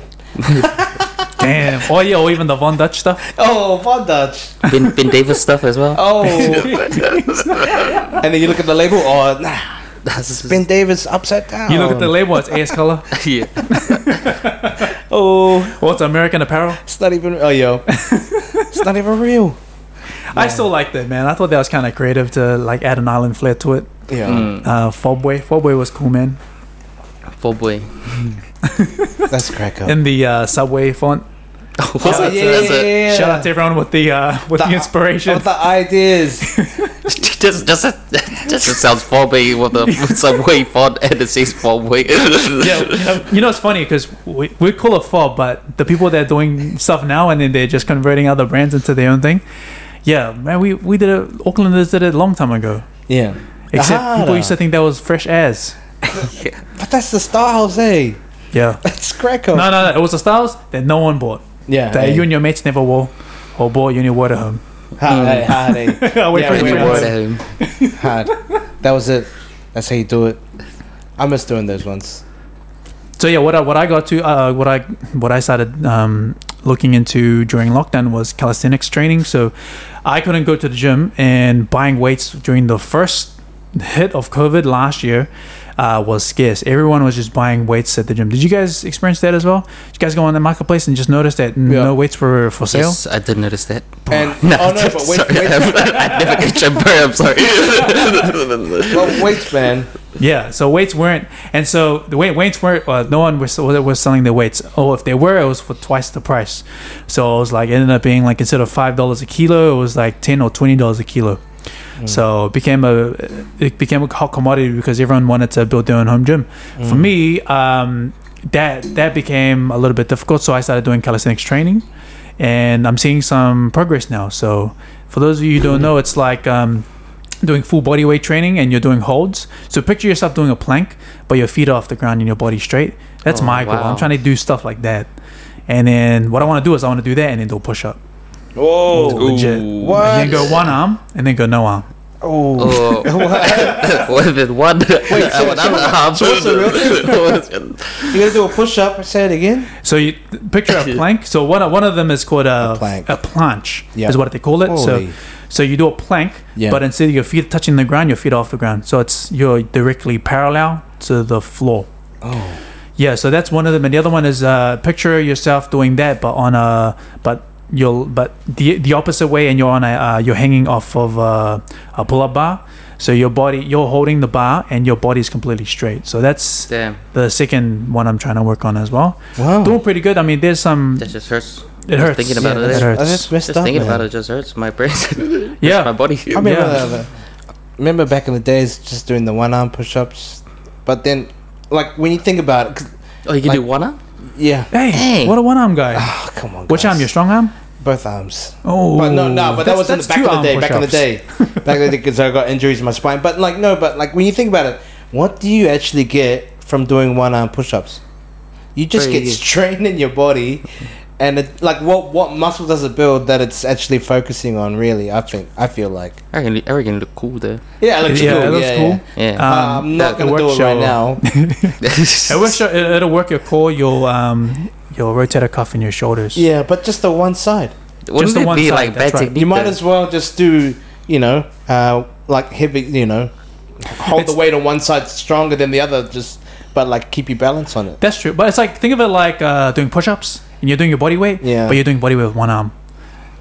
Speaker 1: Damn. Oh yeah, or even the Von Dutch stuff.
Speaker 2: Oh, Von Dutch.
Speaker 3: Ben, ben Davis stuff as well.
Speaker 2: Oh, and then you look at the label. Oh, nah,
Speaker 3: That's just-
Speaker 2: Ben Davis upside down.
Speaker 1: You look
Speaker 3: Oh.
Speaker 1: at the label; it's AS color.
Speaker 3: yeah.
Speaker 2: Oh,
Speaker 1: What's American Apparel?
Speaker 2: it's not even. Oh, yo, it's not even real.
Speaker 1: I still liked it, man. I thought that was kind of creative to like add an island flair to it.
Speaker 2: Yeah,
Speaker 3: Mm,
Speaker 1: Uh, Fobway, Fobway was cool, man.
Speaker 3: full boy. Hmm.
Speaker 2: that's crack up.
Speaker 1: In the uh, subway font.
Speaker 3: What's
Speaker 2: Oh,
Speaker 3: that? That's it.
Speaker 1: Shout out to everyone with the uh, with the,
Speaker 2: The-
Speaker 1: inspiration.
Speaker 2: With the ideas.
Speaker 3: just, just, just it sounds full boy with the subway font and it says full boy.
Speaker 1: yeah, you know, you know it's funny because we, we call it fob, but the people that are doing stuff now and then they're just converting other brands into their own thing. Yeah, man, we, we did it. Aucklanders did it a long time ago.
Speaker 2: Yeah,
Speaker 1: Except
Speaker 2: Ah.
Speaker 1: people used to think that was fresh as.
Speaker 2: but that's the styles, eh?
Speaker 1: Yeah.
Speaker 2: That's crack
Speaker 1: No,
Speaker 2: up.
Speaker 1: no, no. It was the styles that no one bought.
Speaker 2: yeah,
Speaker 1: That
Speaker 2: eh.
Speaker 1: you and your mates never wore or bought you and your water home.
Speaker 2: hard, eh, hard, eh.
Speaker 1: I wait
Speaker 2: Yeah,
Speaker 1: for
Speaker 2: we
Speaker 1: you.
Speaker 2: wore
Speaker 1: guys.
Speaker 2: that. hard. That was it. That's how you do it. I miss doing those ones.
Speaker 1: So yeah, what I, what I got to uh, what I what I started um, looking into during lockdown was calisthenics training. So I couldn't go to the gym, and buying weights during the first hit of COVID last year uh, was scarce. Everyone was just buying weights at the gym. Did you guys experience that as well? Did you guys go on the marketplace and just notice that
Speaker 2: Yeah.
Speaker 1: no weights were for sale?
Speaker 3: Yes, I did notice that.
Speaker 2: And oh no, but wait,
Speaker 3: sorry,
Speaker 2: wait,
Speaker 3: I never get your prayer. I'm sorry.
Speaker 2: well, wait, man.
Speaker 1: Yeah, so weights weren't, and so the weight weights weren't. Uh, no one was was selling their weights. Oh, if they were, it was for twice the price. So it was like it ended up being like instead of five dollars a kilo, it was like ten or twenty dollars a kilo.
Speaker 3: Mm.
Speaker 1: So it became a
Speaker 3: Mm.
Speaker 1: it became a hot commodity because everyone wanted to build their own home gym. For me, um, that that became a little bit difficult. So I started doing calisthenics training, and I'm seeing some progress now. So for those of you who don't know, it's like um, doing full body weight training and you're doing holds. So picture yourself doing a plank, but your feet are off the ground and your body straight. That's
Speaker 3: Oh,
Speaker 1: my goal.
Speaker 3: wow.
Speaker 1: I'm trying to do stuff like that. And then what I want to do is I want to do that and then do a push up.
Speaker 2: Oh,
Speaker 1: Legit.
Speaker 2: What?
Speaker 1: And then go one arm and then go no arm.
Speaker 2: oh,
Speaker 3: Oh, what if it one? Wait,
Speaker 2: so- so- so what's the you gotta do a push up. Say it again.
Speaker 1: So you picture a plank. So one one of them is called a,
Speaker 2: A plank.
Speaker 1: planche
Speaker 2: Yeah.
Speaker 1: is what they call it.
Speaker 2: Holy.
Speaker 1: So so you do a plank,
Speaker 2: Yeah.
Speaker 1: but instead of your feet touching the ground, your feet are off the ground. So it's you're directly parallel to the floor.
Speaker 2: Oh,
Speaker 1: Yeah, so that's one of them, and the other one is uh, picture yourself doing that, but on a but you'll but the the opposite way, and you're on a uh, you're hanging off of uh, a pull-up bar, so your body you're holding the bar, and your body's completely straight. So that's
Speaker 3: Damn,
Speaker 1: the second one I'm trying to work on as well.
Speaker 2: wow.
Speaker 1: Doing pretty good. I mean, there's some
Speaker 3: that just hurts.
Speaker 1: it hurts.
Speaker 3: thinking
Speaker 2: yeah,
Speaker 3: about it.
Speaker 2: that's,
Speaker 1: It hurts.
Speaker 2: that's messed
Speaker 3: Just
Speaker 2: up,
Speaker 3: thinking
Speaker 2: man.
Speaker 3: about it just hurts my brain. Hurts
Speaker 1: Yeah.
Speaker 3: my body.
Speaker 2: I remember,
Speaker 1: Yeah.
Speaker 2: the- remember back in the days, just doing the one arm push ups. But then, like when you think about it, 'cause-
Speaker 3: Oh, you can do
Speaker 2: Like-
Speaker 3: one arm?
Speaker 2: yeah.
Speaker 1: Hey,
Speaker 3: Dang.
Speaker 1: what a one-arm
Speaker 3: Ah,
Speaker 1: guy.
Speaker 2: Oh, come on.
Speaker 1: Which
Speaker 2: guys.
Speaker 1: arm? Your strong arm?
Speaker 2: Both arms.
Speaker 1: Oh,
Speaker 2: But no, no, but that
Speaker 1: that's-
Speaker 2: was in
Speaker 1: that's
Speaker 2: the back of the
Speaker 1: two-arm
Speaker 2: day. Back in the
Speaker 1: push-ups.
Speaker 2: day, back in the day, because I got injuries in my spine. But like, no, but like when you think about it, what do you actually get from doing one arm push-ups? You just
Speaker 3: Very
Speaker 2: get
Speaker 3: good.
Speaker 2: strain in your body, and it, like, what what muscle does it build that it's actually focusing on? Really, I think I feel like
Speaker 3: I reckon, I reckon look cool there.
Speaker 2: yeah, it looks
Speaker 1: Yeah,
Speaker 2: cool.
Speaker 1: it looks
Speaker 2: yeah,
Speaker 1: cool.
Speaker 2: yeah.
Speaker 3: Yeah.
Speaker 1: Um,
Speaker 2: Uh, I'm not
Speaker 3: that-
Speaker 2: gonna
Speaker 1: it
Speaker 2: do it
Speaker 1: works
Speaker 2: right
Speaker 1: your-
Speaker 2: now.
Speaker 1: It works your, it, will work your core, your um, your rotator cuff, and your shoulders.
Speaker 2: yeah, but just the one side.
Speaker 3: Wouldn't
Speaker 1: the
Speaker 3: it
Speaker 1: one
Speaker 3: be
Speaker 1: side,
Speaker 3: like
Speaker 1: that's
Speaker 3: bad
Speaker 1: right.
Speaker 3: technique?
Speaker 2: You might
Speaker 3: though?
Speaker 2: as well just do, you know, uh, like heavy, you know, hold the
Speaker 1: It's-
Speaker 2: weight on one side stronger than the other, just but like keep your balance on it.
Speaker 1: That's true. But it's like think of it like uh, doing push-ups, and you're doing your body weight,
Speaker 2: Yeah.
Speaker 1: but you're doing body weight with one arm.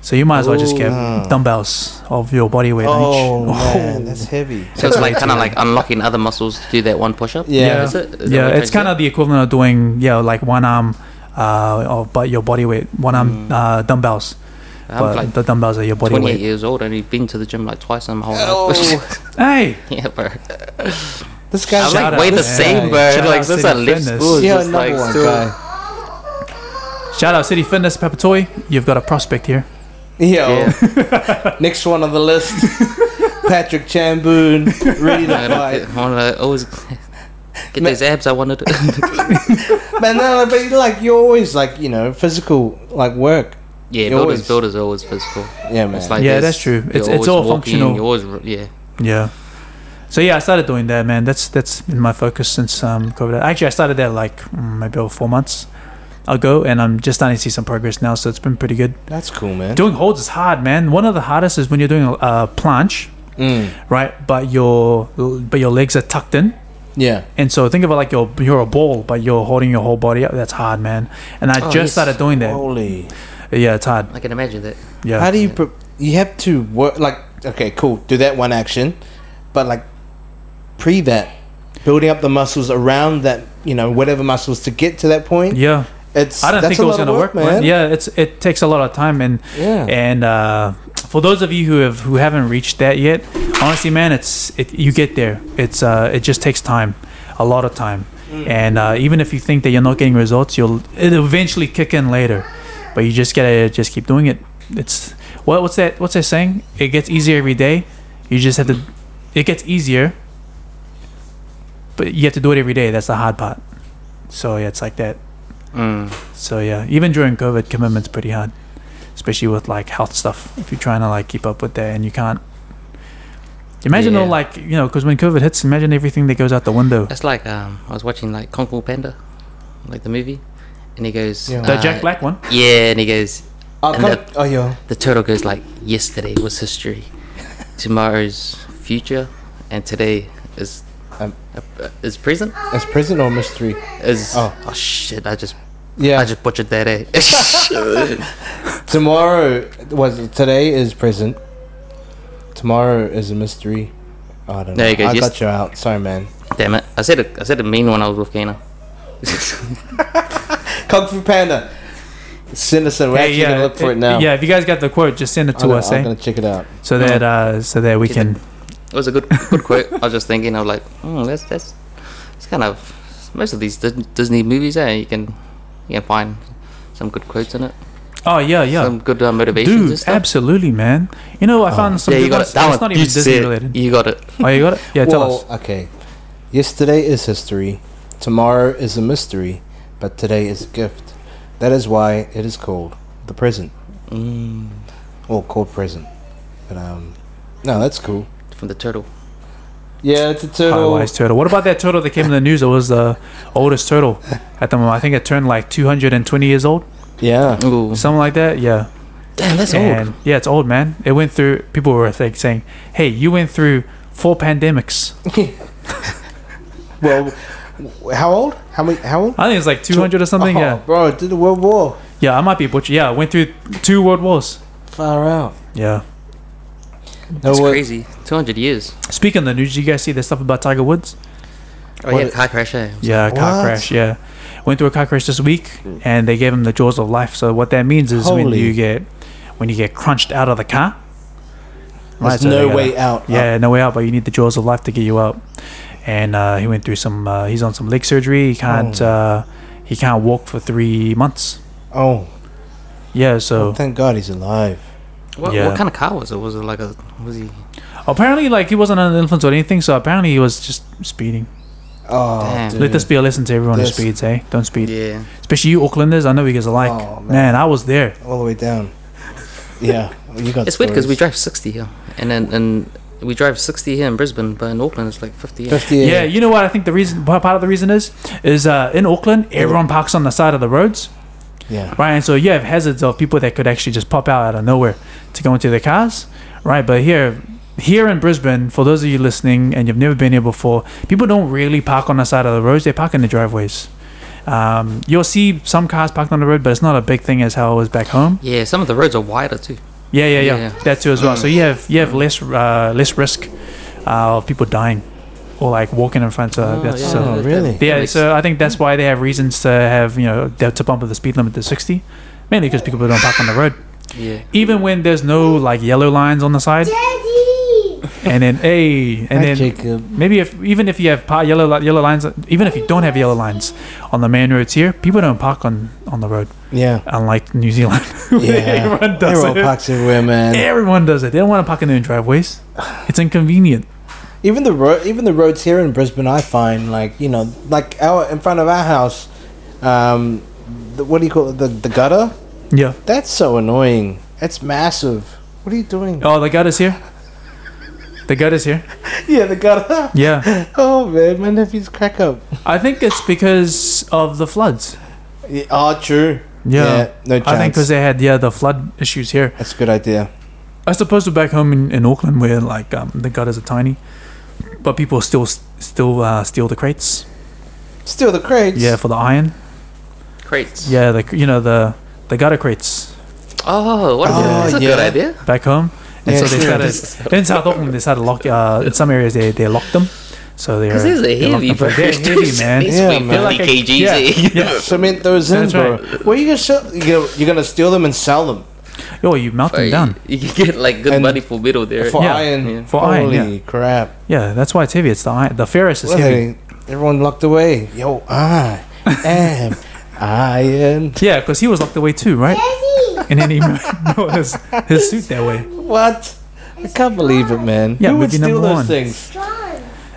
Speaker 1: So you might as well just get
Speaker 2: Ooh.
Speaker 1: dumbbells of your body weight. on
Speaker 2: Oh
Speaker 1: each.
Speaker 2: man, that's heavy.
Speaker 3: So it's like kind of like unlocking other muscles to do that one push up.
Speaker 2: Yeah.
Speaker 3: Is it? Is that
Speaker 1: yeah. It's
Speaker 3: what it turns out?
Speaker 1: kind of the equivalent of doing yeah, like one arm, uh, of, but your body weight, one
Speaker 2: Mm.
Speaker 1: arm uh, dumbbells,
Speaker 3: I'm
Speaker 1: but
Speaker 3: like
Speaker 1: the dumbbells are your body
Speaker 3: 28
Speaker 1: weight.
Speaker 3: years old and he's been to the gym like twice in my whole life.
Speaker 2: Oh,
Speaker 1: Hey,
Speaker 3: yeah, bro.
Speaker 2: this guy's
Speaker 3: I'm
Speaker 1: Shout
Speaker 3: like
Speaker 1: out
Speaker 3: way the
Speaker 1: to
Speaker 3: same,
Speaker 1: City.
Speaker 3: bro.
Speaker 1: Shout
Speaker 3: like
Speaker 1: out
Speaker 3: since
Speaker 1: City
Speaker 3: I left
Speaker 1: Fitness.
Speaker 3: school, it's
Speaker 2: yeah,
Speaker 3: just
Speaker 2: number
Speaker 3: like
Speaker 2: one
Speaker 3: still.
Speaker 2: guy.
Speaker 1: shout out City Fitness Pepatoy. You've got a prospect here.
Speaker 2: Yo,
Speaker 3: Yeah.
Speaker 2: next one on the list, Patrick Chamboon, ready to
Speaker 3: I don't
Speaker 2: fight.
Speaker 3: get- wanna always get
Speaker 2: Ma-
Speaker 3: those abs I wanted.
Speaker 2: But no, no, but like you're always like you know physical like work.
Speaker 3: yeah,
Speaker 2: You
Speaker 3: builders,
Speaker 2: always-
Speaker 3: builders are always physical.
Speaker 2: Yeah, man.
Speaker 3: It's like
Speaker 1: Yeah,
Speaker 3: this,
Speaker 1: that's true.
Speaker 3: you're
Speaker 1: It's- it's
Speaker 3: always
Speaker 1: all
Speaker 3: walking,
Speaker 1: functional.
Speaker 3: You're always, r- yeah.
Speaker 1: Yeah. So yeah, I started doing that, man. That's that's been my focus since um, COVID. Actually, I started that like mm, maybe about four months ago, and I'm just starting to see some progress now. So it's been pretty good.
Speaker 2: that's cool, man.
Speaker 1: Doing holds is hard, man. One of the hardest is when you're doing a uh, planche,
Speaker 2: Mm,
Speaker 1: right? But your but your legs are tucked in,
Speaker 2: yeah.
Speaker 1: and so think of it like you're you're a ball, but you're holding your whole body up. That's hard, man. And I
Speaker 3: Oh,
Speaker 1: just
Speaker 3: yes.
Speaker 1: started doing that.
Speaker 2: Holy.
Speaker 1: Yeah, it's hard.
Speaker 3: I can imagine that.
Speaker 1: Yeah.
Speaker 2: Oh. How do you? Pre- you have to work like okay, cool. Do that one action, but like pre that, building up the muscles around that. You know, whatever muscles to get to that point.
Speaker 1: yeah,
Speaker 2: It's
Speaker 1: I don't
Speaker 2: that's
Speaker 1: think
Speaker 2: a
Speaker 1: it was
Speaker 2: lot of
Speaker 1: gonna work, man. Yeah, it's it takes a lot of time, and
Speaker 2: Yeah.
Speaker 1: And uh, for those of you who have who haven't reached that yet, honestly, man, it's it, you get there. It's uh, it just takes time, a lot of time.
Speaker 2: Mm.
Speaker 1: And uh, even if you think that you're not getting results, you'll it eventually kick in later. But you just gotta just keep doing it. It's what what's that what's that saying? It gets easier every day. You just have to. It gets easier, but you have to do it every day. That's the hard part. So yeah, it's like that.
Speaker 3: Mm.
Speaker 1: So yeah, even during COVID, commitment's pretty hard, especially with like health stuff. If you're trying to like keep up with that and you can't, imagine all
Speaker 3: Yeah.
Speaker 1: like you know, because when COVID hits, imagine everything that goes out the window.
Speaker 3: That's like um, I was watching like Kung Fu Panda, like the movie, and he goes,
Speaker 2: Yeah.
Speaker 1: The
Speaker 3: uh,
Speaker 1: Jack Black one.
Speaker 3: Yeah, and he goes,
Speaker 2: Oh,
Speaker 3: And
Speaker 2: come,
Speaker 3: the-
Speaker 2: oh yo.
Speaker 3: the turtle goes like, yesterday was history, tomorrow's future, and today is
Speaker 2: Um,
Speaker 3: uh, is present.
Speaker 2: As present or mystery?
Speaker 3: Is
Speaker 2: Oh.
Speaker 3: oh. shit, I just
Speaker 2: Yeah.
Speaker 3: I just butchered that. Eh?
Speaker 2: Tomorrow was today is present. Tomorrow is a mystery. Oh, I don't know.
Speaker 3: There you go,
Speaker 2: I
Speaker 3: yes-
Speaker 2: got you out. Sorry, man.
Speaker 3: Damn it! I said a, I said a mean one. I was with Kena.
Speaker 2: Kung Fu Panda. Sinister. We're actually gonna look for it now.
Speaker 1: Yeah, if you guys got the quote, just send it
Speaker 2: I'm
Speaker 1: to
Speaker 2: gonna,
Speaker 1: us,
Speaker 2: I'm
Speaker 1: eh?
Speaker 2: gonna Oh. check it out.
Speaker 1: So that uh, so that we
Speaker 3: Is it-
Speaker 1: can.
Speaker 3: It was a good good quote. I was just thinking. I was like, mm, that's that's hmm, it's kind of most of these Dis- Disney movies. Yeah, you can you can find some good quotes in it.
Speaker 1: Oh yeah, yeah.
Speaker 3: Some good uh, motivations and
Speaker 1: Dude,
Speaker 3: stuff.
Speaker 1: absolutely, man. You know, I
Speaker 2: Oh.
Speaker 1: found some.
Speaker 3: yeah, you
Speaker 1: good
Speaker 3: got
Speaker 1: ones.
Speaker 3: it. That
Speaker 1: It's
Speaker 3: one.
Speaker 1: not
Speaker 3: you
Speaker 1: even Disney
Speaker 3: said-
Speaker 1: related.
Speaker 3: You got it.
Speaker 1: Oh, you got it. Yeah, tell
Speaker 2: well,
Speaker 1: us.
Speaker 2: okay. Yesterday is history. Tomorrow is a mystery, but today is a gift. That is why it is called the present,
Speaker 3: Mm,
Speaker 2: or called present. But um, no, that's cool.
Speaker 3: from the turtle.
Speaker 2: Yeah, it's a
Speaker 1: High
Speaker 2: turtle.
Speaker 1: wise turtle. What about that turtle that came in the news? It was the oldest turtle at the moment. I think it turned like 220 years old,
Speaker 2: yeah.
Speaker 3: Ooh,
Speaker 1: something like that. Yeah.
Speaker 3: damn, that's
Speaker 1: and yeah, Mm-hmm. it's old, man. It went through. People were like saying, "Hey, you went through four pandemics."
Speaker 2: Well, how old? How many? How old?
Speaker 1: I think it's like 200 or something.
Speaker 2: Oh,
Speaker 1: Yeah.
Speaker 2: bro, it did the World War.
Speaker 1: Yeah, I might be butcher. Yeah, I went through two world wars.
Speaker 2: Far out.
Speaker 1: Yeah.
Speaker 2: No,
Speaker 3: That's
Speaker 2: what-
Speaker 3: crazy. Two hundred years.
Speaker 1: Speaking of the news, did you guys see the stuff about Tiger Woods?
Speaker 3: Oh
Speaker 2: What-
Speaker 3: yeah, car crash. Yeah.
Speaker 1: Yeah, car
Speaker 2: What?
Speaker 1: crash. Yeah, went through a car crash this week, and they gave him the jaws of life. So what that means is when
Speaker 2: Holy.
Speaker 1: you get when you get crunched out of the car,
Speaker 2: There's
Speaker 1: so they
Speaker 2: no
Speaker 1: gotta-
Speaker 2: way out.
Speaker 1: Yeah, no way out, but you need the jaws of life to get you out. And uh, he went through some. Uh, he's on some leg surgery. He can't. Uh, he can't walk for three months.
Speaker 2: Oh,
Speaker 1: Yeah. So
Speaker 2: thank God he's alive.
Speaker 3: What,
Speaker 1: Yeah.
Speaker 3: what kind of car was it? Was it like a? Was he?
Speaker 1: apparently, like he wasn't under the influence or anything. So apparently, he was just speeding.
Speaker 2: Oh,
Speaker 3: Damn.
Speaker 2: dude.
Speaker 1: Let this be a lesson to everyone
Speaker 2: Yes.
Speaker 1: who speeds. Hey, don't speed,
Speaker 3: Yeah.
Speaker 1: especially you Aucklanders. I know you guys are like,
Speaker 2: Oh, man.
Speaker 1: man. I was there.
Speaker 2: all the way down. Yeah, you got.
Speaker 3: It's weird because we
Speaker 2: stories.
Speaker 3: drive sixty here, and then and we drive sixty here in Brisbane, but in Auckland it's like fifty. Here.
Speaker 2: Fifty.
Speaker 1: Yeah. you know what? I think the reason, part part of the reason is, is uh, in Auckland, everyone parks on the side of the roads,
Speaker 2: Yeah.
Speaker 1: right? And so you have hazards of people that could actually just pop out out of nowhere to go into their cars, right? But here, here in Brisbane, for those of you listening and you've never been here before, people don't really park on the side of the roads; they park in the driveways. Um, you'll see some cars parked on the road, but it's not a big thing as how it was back home.
Speaker 3: Yeah, some of the roads are wider too.
Speaker 1: Yeah, yeah, yeah,
Speaker 3: Yeah.
Speaker 1: that too as well. So you have you have less uh, less risk uh, of people dying or like walking in front of.
Speaker 3: Oh,
Speaker 1: Uh, that's
Speaker 3: yeah,
Speaker 1: so.
Speaker 2: Oh,
Speaker 3: that-
Speaker 2: really?
Speaker 3: that
Speaker 1: Yeah, uh,
Speaker 3: makes-
Speaker 1: so I think that's why they have reasons to have you know to to bump up the speed limit to sixty, mainly because people don't park on the road,
Speaker 3: yeah.
Speaker 1: even when there's no like yellow lines on the side. And then a and
Speaker 2: Hi,
Speaker 1: then
Speaker 2: Jacob.
Speaker 1: maybe if even if you have pa- yellow li- yellow lines, even if you don't have yellow lines on the main roads here, people don't park on on the road.
Speaker 2: Yeah.
Speaker 1: Unlike New Zealand,
Speaker 2: Yeah.
Speaker 1: everyone does
Speaker 2: Everyone
Speaker 1: it.
Speaker 2: parks everywhere, man.
Speaker 1: everyone does it. They don't want to park in their own driveways. It's inconvenient.
Speaker 2: Even the road, even the roads here in Brisbane, I find like you know, like our in front of our house, um, the, what do you call it? The the gutter.
Speaker 1: Yeah.
Speaker 2: That's so annoying. That's massive. What are you doing?
Speaker 1: Oh, the gutter's here. The gutter's here.
Speaker 2: Yeah, the gutter.
Speaker 1: Yeah.
Speaker 2: Oh man, my nephew's crack up.
Speaker 1: I think it's because of the floods.
Speaker 2: Yeah, oh, true.
Speaker 1: Yeah.
Speaker 2: no chance.
Speaker 1: I think because they had yeah the flood issues here.
Speaker 2: that's a good idea.
Speaker 1: As opposed to back home in, in Auckland where like um, the gutters are tiny, but people still s- still uh, steal the crates.
Speaker 2: Steal the crates.
Speaker 1: Yeah, for the iron.
Speaker 3: Crates.
Speaker 1: Yeah, the you know the the gutter crates
Speaker 3: Oh, what?
Speaker 2: Oh,
Speaker 3: that's a
Speaker 2: yeah.
Speaker 3: good idea.
Speaker 1: back home. And
Speaker 2: Yeah,
Speaker 1: so they
Speaker 2: sure.
Speaker 1: started in South Auckland they started lock uh, in some areas they they locked them. So they're
Speaker 3: Because these
Speaker 1: they
Speaker 3: are
Speaker 1: lock
Speaker 3: heavy,
Speaker 1: them,
Speaker 3: bro.
Speaker 1: but They're heavy, man.
Speaker 3: These
Speaker 2: Yeah,
Speaker 3: weigh
Speaker 2: man.
Speaker 3: fifty
Speaker 1: Like a-
Speaker 3: kgs.
Speaker 1: yeah.
Speaker 3: eh?
Speaker 1: Yeah.
Speaker 2: Cement those in,
Speaker 1: That's
Speaker 2: bro.
Speaker 1: right.
Speaker 2: Where you gonna sell? You gonna, you're gonna steal them and sell them
Speaker 1: Yo, Oh, you melt them down.
Speaker 3: You can get like good
Speaker 2: And-
Speaker 3: money for middle there.
Speaker 2: for
Speaker 1: Uh, Yeah.
Speaker 2: iron.
Speaker 3: Yeah.
Speaker 1: For iron,
Speaker 2: Holy crap!
Speaker 1: Yeah, that's why it's heavy. It's the iron. The ferrous is
Speaker 2: What are
Speaker 1: heavy.
Speaker 2: they- everyone locked away. Yo, I am iron.
Speaker 1: Yeah, because he was locked away too, right? And then he brought his, his suit that way.
Speaker 2: What? I can't believe it, man.
Speaker 1: Yeah,
Speaker 2: Who would
Speaker 1: movie
Speaker 2: steal
Speaker 1: number
Speaker 2: those
Speaker 1: one.
Speaker 2: things?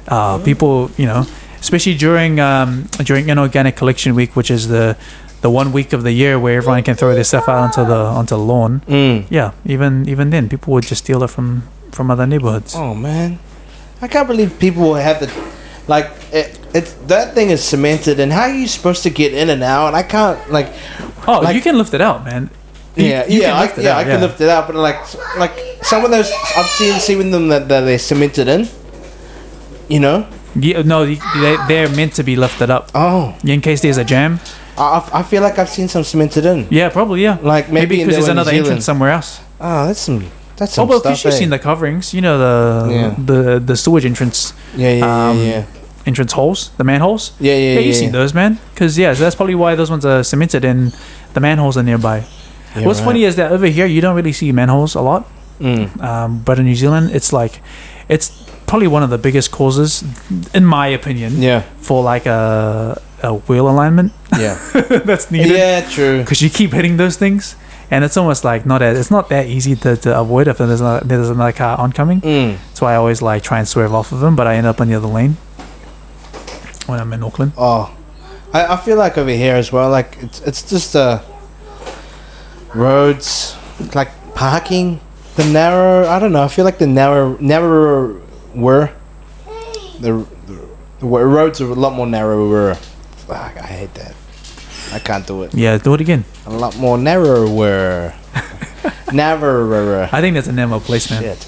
Speaker 1: Uh, people, you know, especially during um, during inorganic collection week, which is the the one week of the year where everyone can throw their stuff out onto the onto the lawn.
Speaker 2: Mm.
Speaker 1: Yeah, even even then, people would just steal it from from other neighborhoods.
Speaker 2: Oh man, I can't believe people will have the like. It, it's that thing is cemented, and how are you supposed to get in and out? I can't like.
Speaker 1: Oh,
Speaker 2: like-
Speaker 1: you can lift it out, man. You-
Speaker 2: Yeah,
Speaker 1: you
Speaker 2: yeah,
Speaker 1: can
Speaker 2: I,
Speaker 1: lift it
Speaker 2: yeah,
Speaker 1: out,
Speaker 2: I can
Speaker 1: yeah.
Speaker 2: lift it out, but like, like some of those I've seen, seen them that, that they're cemented in. You know.
Speaker 1: Yeah, no, you- they, they're meant to be lifted up
Speaker 2: Oh,
Speaker 1: in case there's a jam.
Speaker 2: I, I- I feel like I've seen some cemented in.
Speaker 1: Yeah, probably. Yeah,
Speaker 2: Like maybe,
Speaker 1: because there's another entrance
Speaker 2: entrance.
Speaker 1: somewhere else.
Speaker 2: Oh, that's some. That's some
Speaker 1: oh, well,
Speaker 2: stuff.
Speaker 1: because you've
Speaker 2: eh?
Speaker 1: seen the coverings, you know the
Speaker 2: Yeah.
Speaker 1: the the sewage entrance
Speaker 2: yeah, yeah, yeah,
Speaker 1: um,
Speaker 2: yeah,
Speaker 1: entrance holes, the manholes.
Speaker 2: yeah, yeah,
Speaker 1: Yeah,
Speaker 2: yeah.
Speaker 1: you've seen those, man. Because yeah, so that's probably why those ones are cemented and the manholes are nearby.
Speaker 2: Yeah,
Speaker 1: What's
Speaker 2: right.
Speaker 1: funny is that over here you don't really see manholes a lot,
Speaker 2: Mm.
Speaker 1: um, but in New Zealand it's like it's probably one of the biggest causes, in my opinion,
Speaker 2: Yeah,
Speaker 1: for like a a wheel alignment
Speaker 2: Yeah.
Speaker 1: that's needed
Speaker 2: yeah, true.
Speaker 1: because you keep hitting those things, and it's almost like not as it's not that easy to, to avoid if there's another, there's another car oncoming.
Speaker 2: Mm.
Speaker 1: That's why I always like try and swerve off of them, but I end up on the other lane when I'm in Auckland.
Speaker 2: Oh, I, I feel like over here as well. Like it's it's just uh, roads, like parking, the narrow. I don't know. I feel like the narrow, narrower were the, the were- roads are a lot more narrower. Fuck, I hate that. I can't do it.
Speaker 1: Yeah, do it again.
Speaker 2: A lot more narrower, narrower.
Speaker 1: I think that's an ammo placement.
Speaker 2: Shit.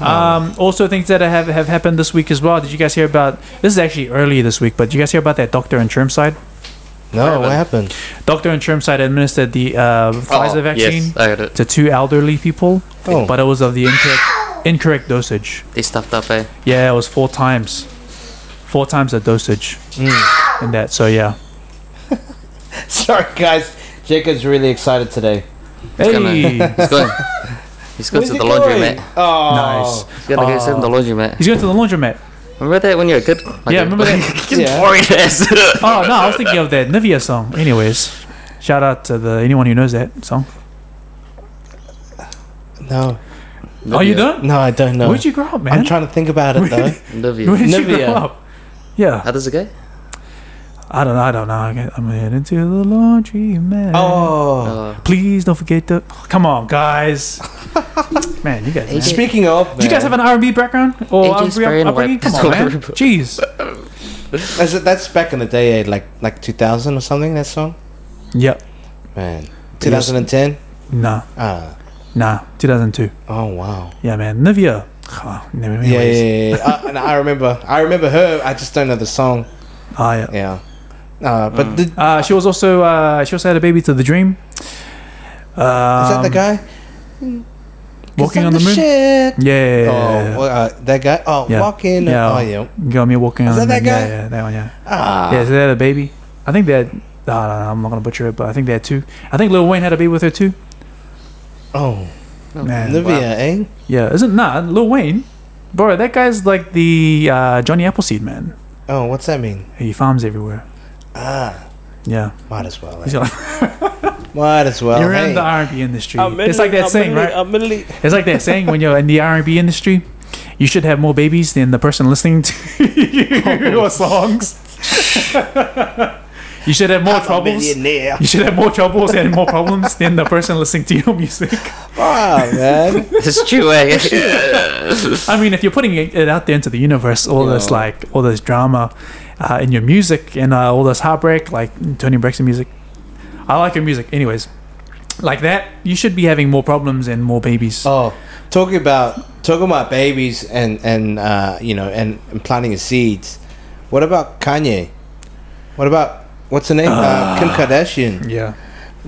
Speaker 1: Um, also, things that have have happened this week as well. Did you guys hear about? This is actually early this week, but did you guys hear about that doctor in Chermside?
Speaker 2: No, what happened?
Speaker 1: Doctor in Chermside administered the uh, Pfizer
Speaker 3: Oh,
Speaker 1: vaccine
Speaker 3: Yes, I heard it.
Speaker 1: to two elderly people,
Speaker 2: Oh.
Speaker 1: but it was of the incorrect, incorrect dosage.
Speaker 3: They stuffed up, eh?
Speaker 1: Yeah, it was four times, four times the dosage in that. So yeah,
Speaker 2: Sorry, guys. Jacob's really excited today.
Speaker 3: He's gonna-
Speaker 1: hey,
Speaker 3: He's going. He's going
Speaker 2: Where's he
Speaker 3: to the
Speaker 2: going?
Speaker 3: laundromat.
Speaker 2: Oh,
Speaker 1: nice.
Speaker 3: He's gonna go sit in the laundromat.
Speaker 1: Uh, He's going to the laundromat.
Speaker 3: Remember that when you were a kid? Like
Speaker 1: Yeah,
Speaker 3: a-
Speaker 1: remember that-
Speaker 3: Just
Speaker 2: Yeah.
Speaker 3: boring ass.
Speaker 1: Oh no, I was thinking of that Nivea song. Anyways, shout out to the anyone who knows that song.
Speaker 2: No,
Speaker 1: Oh, you don't?
Speaker 2: no, I don't know.
Speaker 1: Where'd you grow up, man?
Speaker 2: I'm trying to think about it though.
Speaker 1: Where
Speaker 3: Olivia.
Speaker 1: did you grow
Speaker 2: Nivea.
Speaker 1: up? Yeah.
Speaker 3: How does it go?
Speaker 1: I don't know. I don't know. I get- I'm heading to the laundry, man.
Speaker 2: oh,
Speaker 3: Uh,
Speaker 1: please don't forget the. Come on, guys. man, you guys. man.
Speaker 3: Hey, Jay.
Speaker 1: Do
Speaker 2: speaking of,
Speaker 1: you guys have an R&B background or
Speaker 3: AJ
Speaker 1: R&B
Speaker 3: spraying
Speaker 1: upbringing?
Speaker 3: wet.
Speaker 1: Come on, man. Jeez.
Speaker 2: Is it, that's back in the day, eh, like like 2000 or something. That song,
Speaker 1: Yep.
Speaker 2: man, 2010.
Speaker 1: Nah.
Speaker 2: Ah,
Speaker 1: Nah. 2002.
Speaker 2: oh wow.
Speaker 1: Yeah, man. Nivea. Oh, no, anyways.
Speaker 2: Yeah, yeah, yeah. yeah. I, and I remember, I remember her. I just don't know the song.
Speaker 1: Ah, yeah.
Speaker 2: Yeah, uh, but the, is
Speaker 1: Uh, she was also uh, she also had a baby to the dream. Um,
Speaker 2: that the guy
Speaker 1: walking
Speaker 2: It's
Speaker 1: on
Speaker 2: like
Speaker 1: the moon?
Speaker 2: Shit.
Speaker 1: Yeah.
Speaker 2: Oh, well, uh, that guy. Oh,
Speaker 1: Yeah.
Speaker 2: walking.
Speaker 1: Yeah.
Speaker 2: Oh, yeah.
Speaker 1: Got me walking
Speaker 2: Is
Speaker 1: on the
Speaker 2: that that
Speaker 1: moon.
Speaker 2: guy?
Speaker 1: Yeah, yeah, that one. Yeah.
Speaker 2: Ah,
Speaker 1: Yeah, so they had a baby. I think they had. I don't know, I'm not gonna butcher it, but I think they had two. I think Lil Wayne had a baby with her too.
Speaker 2: oh,
Speaker 1: Man,
Speaker 2: Olivia, eh?
Speaker 1: Yeah, isn't nah Lil Wayne, bro? That guy's like the uh, Johnny Appleseed man.
Speaker 2: Oh, what's that mean?
Speaker 1: He farms everywhere.
Speaker 2: Ah,
Speaker 1: Yeah,
Speaker 2: might as well.
Speaker 1: he's
Speaker 2: Eh?
Speaker 1: like
Speaker 2: Might as well.
Speaker 1: you're
Speaker 2: Oh, hey.
Speaker 1: in the R&B industry.
Speaker 2: I'm in
Speaker 1: it's like
Speaker 2: it,
Speaker 1: that
Speaker 2: I'm
Speaker 1: saying,
Speaker 2: in it,
Speaker 1: right?
Speaker 2: I'm in it.
Speaker 1: It's like that saying when you're in the R&B industry, you should have more babies than the person listening to
Speaker 2: Oh,
Speaker 1: your songs. you should have more
Speaker 2: I'm a
Speaker 1: troubles.
Speaker 2: millionaire.
Speaker 1: You should have more troubles and more problems than the person listening to your music.
Speaker 2: Wow, man.
Speaker 3: It's true, eh?
Speaker 1: I mean, if you're putting it it out there into the universe, all this
Speaker 2: Yeah.
Speaker 1: like all this drama uh, in your music and uh, all this heartbreak, like Tony Braxton music. I like your music, anyways. Like that, you should be having more problems and more babies.
Speaker 2: Oh, talking about talking about babies and and uh, you know and, and planting your seeds. What about Kanye? What about what's her name? Uh,
Speaker 1: Ah.
Speaker 2: Kim Kardashian.
Speaker 1: Yeah,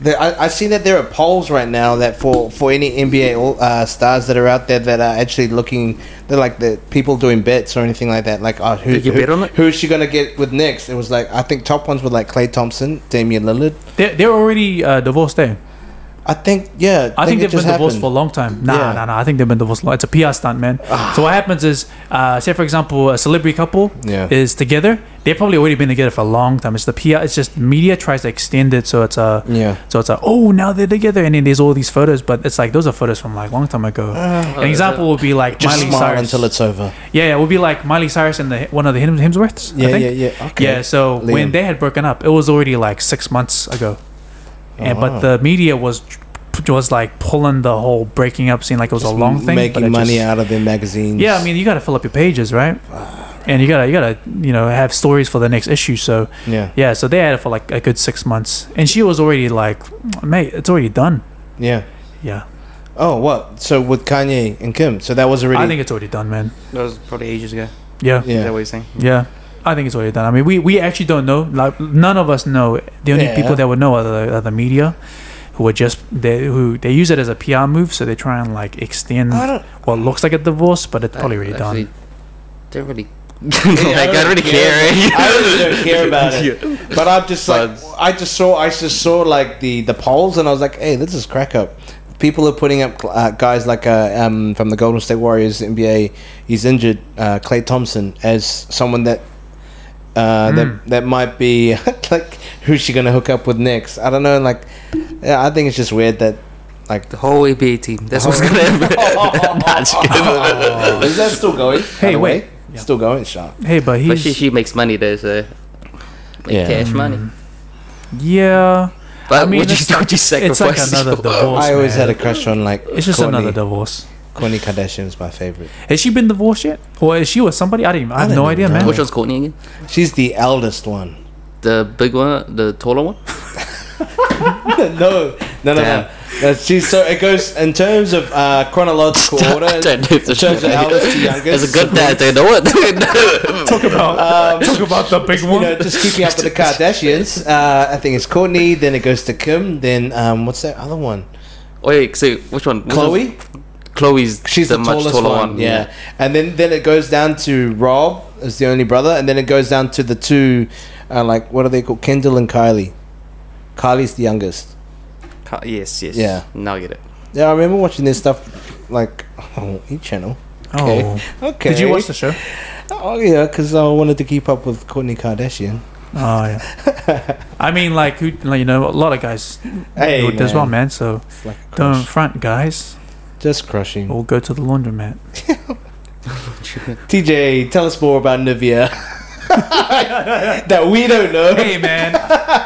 Speaker 2: There, I, I see that there are polls right now that for for any NBA all- uh, stars that are out there that are actually looking, they're like the people doing bets or anything like that. Like, oh, who,
Speaker 3: Did you
Speaker 2: who-
Speaker 3: bet on it?
Speaker 2: who is she gonna get with next? It was like I think top ones were like Clay Thompson, Damian Lillard.
Speaker 1: they're, they're already uh, divorced, eh?
Speaker 2: I think yeah.
Speaker 1: I think, they've been
Speaker 2: it just
Speaker 1: divorced
Speaker 2: happened.
Speaker 1: for a long time. Nah,
Speaker 2: Yeah. Ah.
Speaker 1: nah, nah. I think they've been divorced. Long. It's a PR stunt, man. so what happens is, uh, say for example, a celebrity couple
Speaker 2: Yeah.
Speaker 1: is together. They've probably already been together for a long time. It's the PR. It's just media tries to extend it, so it's a
Speaker 2: Yeah.
Speaker 1: So it's like, oh, now they're together, and then there's all these photos, but it's like those are photos from like long time ago. An example would be like
Speaker 2: Ah. Just
Speaker 1: Miley
Speaker 2: smile
Speaker 1: Cyrus.
Speaker 2: until it's over.
Speaker 1: yeah, yeah, it would be like Miley Cyrus and the one of the Hem- Hemsworths. I
Speaker 2: Yeah,
Speaker 1: think.
Speaker 2: yeah, yeah. Okay.
Speaker 1: Yeah, so
Speaker 2: Liam.
Speaker 1: when they had broken up, it was already like six months ago, and
Speaker 2: wow.
Speaker 1: but the media was was like pulling the whole breaking up scene like it was a long thing. but
Speaker 2: making
Speaker 1: it
Speaker 2: money
Speaker 1: just-
Speaker 2: out of their magazines.
Speaker 1: Yeah, I mean you got to fill up your pages, right? And you gotta you gotta you know have stories for the next issue. So
Speaker 2: yeah,
Speaker 1: yeah, so they had it for like a good six months, and she was already like, mate, it's already done.
Speaker 2: yeah.
Speaker 1: Yeah,
Speaker 2: Oh, what? So with Kanye and Kim, so that was already.
Speaker 1: I think it's already done, man.
Speaker 3: That was probably ages ago.
Speaker 1: Yeah, yeah.
Speaker 3: Is that
Speaker 2: yeah,
Speaker 3: what you're saying?
Speaker 1: I think it's already done. I mean, we, we actually don't know. Like, none of us know. The only
Speaker 2: Yeah.
Speaker 1: people that would know are the, are the media, who are just they who they use it as a PR move. So they try and like extend
Speaker 2: I don't-
Speaker 1: what looks like a divorce, but it's probably already done.
Speaker 3: Don't really.
Speaker 2: I
Speaker 3: like, I
Speaker 2: don't
Speaker 3: don't really
Speaker 2: care.
Speaker 3: care. eh?
Speaker 2: I really don't care about it.
Speaker 3: Yeah.
Speaker 2: but I'm just like
Speaker 3: But-
Speaker 2: I just saw I just saw like the the polls and I was like, hey, this is crack up. People are putting up uh, guys like uh, um, from the Golden State Warriors NBA. He's injured, uh, Clay Thompson, as someone that uh, that
Speaker 1: Hmm.
Speaker 2: that might be like who's she gonna hook up with next? I don't know. Like, yeah, I think it's just weird that like
Speaker 3: The whole EBA team. That's what's
Speaker 2: Oh.
Speaker 3: gonna happen. Nah, just kidding.
Speaker 2: is that still going?
Speaker 1: Hey,
Speaker 2: By the way?
Speaker 1: wait. Yeah.
Speaker 2: still going, sharp.
Speaker 1: Hey, but
Speaker 3: But
Speaker 1: he's
Speaker 3: she, she makes money though, so make
Speaker 2: Yeah. Mm.
Speaker 3: cash money.
Speaker 1: yeah.
Speaker 3: But
Speaker 1: mean,
Speaker 3: would you,
Speaker 1: it's like-
Speaker 3: would you
Speaker 1: It's
Speaker 3: sacrifice
Speaker 1: like another
Speaker 3: your-
Speaker 1: divorce.
Speaker 2: I always
Speaker 1: man.
Speaker 2: had a crush on like.
Speaker 1: It's just
Speaker 2: Kourtney-
Speaker 1: another divorce.
Speaker 2: Kourtney Kardashian is my favorite.
Speaker 1: Has she been divorced yet, or is she with somebody? I didn't. I,
Speaker 2: I
Speaker 1: have
Speaker 2: don't
Speaker 1: no
Speaker 2: even
Speaker 1: idea,
Speaker 2: know.
Speaker 1: man.
Speaker 3: Which one's Courtney again?
Speaker 2: She's the eldest one.
Speaker 3: The big one, the taller one.
Speaker 2: no, no, no,
Speaker 3: Damn.
Speaker 2: no. No, She's so it goes in terms of uh, chronological order.
Speaker 3: I don't know if
Speaker 2: in
Speaker 3: it's
Speaker 2: terms of eldest to youngest.
Speaker 3: It's a good dad, dude. What?
Speaker 1: Talk about
Speaker 2: Um,
Speaker 1: talk about the big
Speaker 2: you
Speaker 1: one.
Speaker 2: know, just keeping up with the Kardashians. Uh, I think it's Courtney. Then it goes to Kim. Then um, what's that other one?
Speaker 3: Wait, so which one? Which
Speaker 2: Chloe.
Speaker 3: one's- Chloe's
Speaker 2: She's the,
Speaker 3: much
Speaker 2: tallest
Speaker 3: taller
Speaker 2: one. Yeah. and then then it goes down to Rob as the only brother, and then it goes down to the two, uh, like what are they called? Kendall and Kylie. Kylie's the youngest.
Speaker 3: Ca- Yes, yes.
Speaker 2: Yeah.
Speaker 3: Now I get it.
Speaker 2: Yeah, I remember watching this stuff like on each channel.
Speaker 1: Oh,
Speaker 2: Okay.
Speaker 1: did you watch the show?
Speaker 2: Oh yeah, because I wanted to keep up with Courtney Kardashian.
Speaker 1: Oh yeah. I mean, like who? Like, you know, a lot of guys
Speaker 2: Hey,
Speaker 1: do it as
Speaker 2: man.
Speaker 1: well, man. So
Speaker 2: It's like a
Speaker 1: don't Oh.
Speaker 2: crush.
Speaker 1: front, guys,
Speaker 2: Just crushing.
Speaker 1: or go to the laundromat.
Speaker 2: TJ, tell us more about Nivea. that we don't know.
Speaker 1: hey man,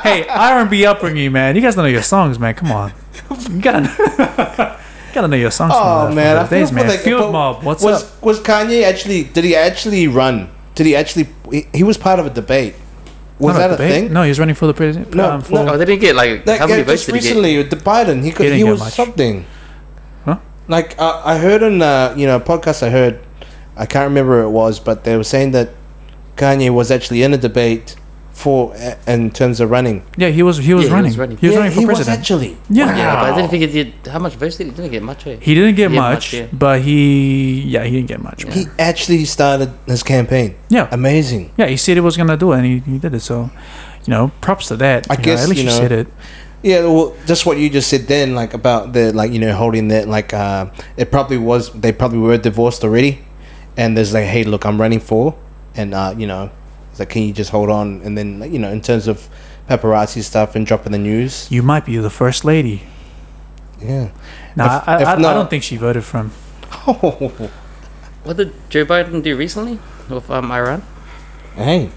Speaker 1: hey R and B upbringing, man. You guys don't know your songs, man. Come on, you gotta gotta know your songs. from the-
Speaker 2: Oh
Speaker 1: from
Speaker 2: man,
Speaker 1: those
Speaker 2: I feel
Speaker 1: days,
Speaker 2: for
Speaker 1: man.
Speaker 2: that-
Speaker 1: Field
Speaker 2: but
Speaker 1: mob, what's
Speaker 2: was,
Speaker 1: up?
Speaker 2: Was Kanye actually? Did he actually run? Did he actually? He, he was part of a debate. Was
Speaker 1: Not
Speaker 2: that a
Speaker 1: debate.
Speaker 2: thing?
Speaker 1: No, he's running for the president.
Speaker 2: No,
Speaker 1: um, for,
Speaker 3: Oh,
Speaker 2: no.
Speaker 3: they didn't get like
Speaker 2: Like,
Speaker 3: how many
Speaker 2: yeah,
Speaker 3: votes
Speaker 2: just
Speaker 3: did he get?
Speaker 2: recently, the Biden. He could,
Speaker 1: didn't
Speaker 2: he
Speaker 1: get
Speaker 2: was
Speaker 1: much.
Speaker 2: something.
Speaker 1: Huh?
Speaker 2: Like uh, I heard on uh, you know a podcast I heard, I can't remember who it was, but they were saying that Kanye was actually in a debate for uh, in terms of running.
Speaker 1: Yeah, he was. He was
Speaker 3: Yeah, he was
Speaker 1: running. He was running,
Speaker 3: running.
Speaker 2: he
Speaker 1: for
Speaker 2: was
Speaker 1: president.
Speaker 2: actually.
Speaker 1: yeah.
Speaker 3: Yeah, but I didn't think he did. How much votes did he? Didn't get much. Eh?
Speaker 1: He didn't get
Speaker 3: He didn't
Speaker 1: much,
Speaker 3: much, yeah.
Speaker 1: but he yeah he didn't get much.
Speaker 2: He actually started his campaign.
Speaker 1: Yeah.
Speaker 2: Amazing.
Speaker 1: Yeah, he said he was gonna do it, and he, he did it. So, you know, props to that.
Speaker 2: I
Speaker 1: You know,
Speaker 2: guess,
Speaker 1: at least
Speaker 2: you
Speaker 1: you
Speaker 2: know,
Speaker 1: said it.
Speaker 2: Yeah, well, just what you just said then, like about the like you know holding that like uh, it probably was they probably were divorced already, and there's like hey look I'm running for, and uh, you know, it's like can you just hold on and then like, you know in terms of paparazzi stuff and dropping the news,
Speaker 1: You might be the first lady.
Speaker 2: yeah.
Speaker 1: No,
Speaker 2: If-
Speaker 1: I,
Speaker 2: if
Speaker 1: I, I
Speaker 2: not-
Speaker 1: don't think she voted for him.
Speaker 3: What did Joe Biden do recently with um, Iran?
Speaker 2: hey,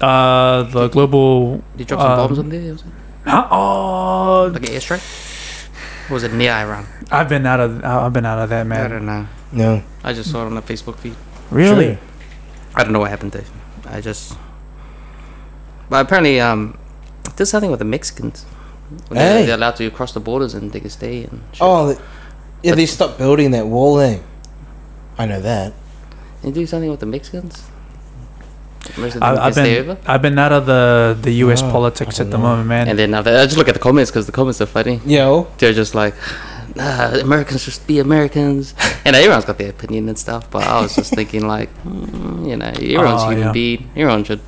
Speaker 1: Uh, the global.
Speaker 3: Did he drop some
Speaker 1: um,
Speaker 3: bombs on there? or something?
Speaker 1: Huh? Oh,
Speaker 3: Like an airstrike? Or was it near Iran?
Speaker 1: I've been out of uh, I've been out of that
Speaker 3: I
Speaker 1: man.
Speaker 3: don't know.
Speaker 2: no,
Speaker 3: I just saw it on the Facebook feed.
Speaker 1: Really?
Speaker 2: Sure.
Speaker 3: I don't know what happened there. I just. But apparently, um, there's something with the Mexicans. When they're-
Speaker 2: Hey.
Speaker 3: They're allowed to cross the borders and take a stay and shit.
Speaker 2: oh, th- yeah, they stopped building that wall thing. I know that.
Speaker 3: They do something with the Mexicans? Most of them
Speaker 1: I,
Speaker 3: can
Speaker 1: I've
Speaker 3: stay
Speaker 1: been
Speaker 3: over.
Speaker 1: I've been out of the the U.S.
Speaker 2: Oh,
Speaker 1: politics
Speaker 2: I
Speaker 1: at the
Speaker 2: don't know.
Speaker 1: moment, man.
Speaker 3: And then uh, I just look at the comments because the comments are funny.
Speaker 2: Yo,
Speaker 3: They're just like, nah, Americans just be Americans. And everyone's got their opinion and stuff, but I was just thinking, like, mm, you know, everyone's
Speaker 1: Oh,
Speaker 3: human
Speaker 1: yeah.
Speaker 3: being. Everyone should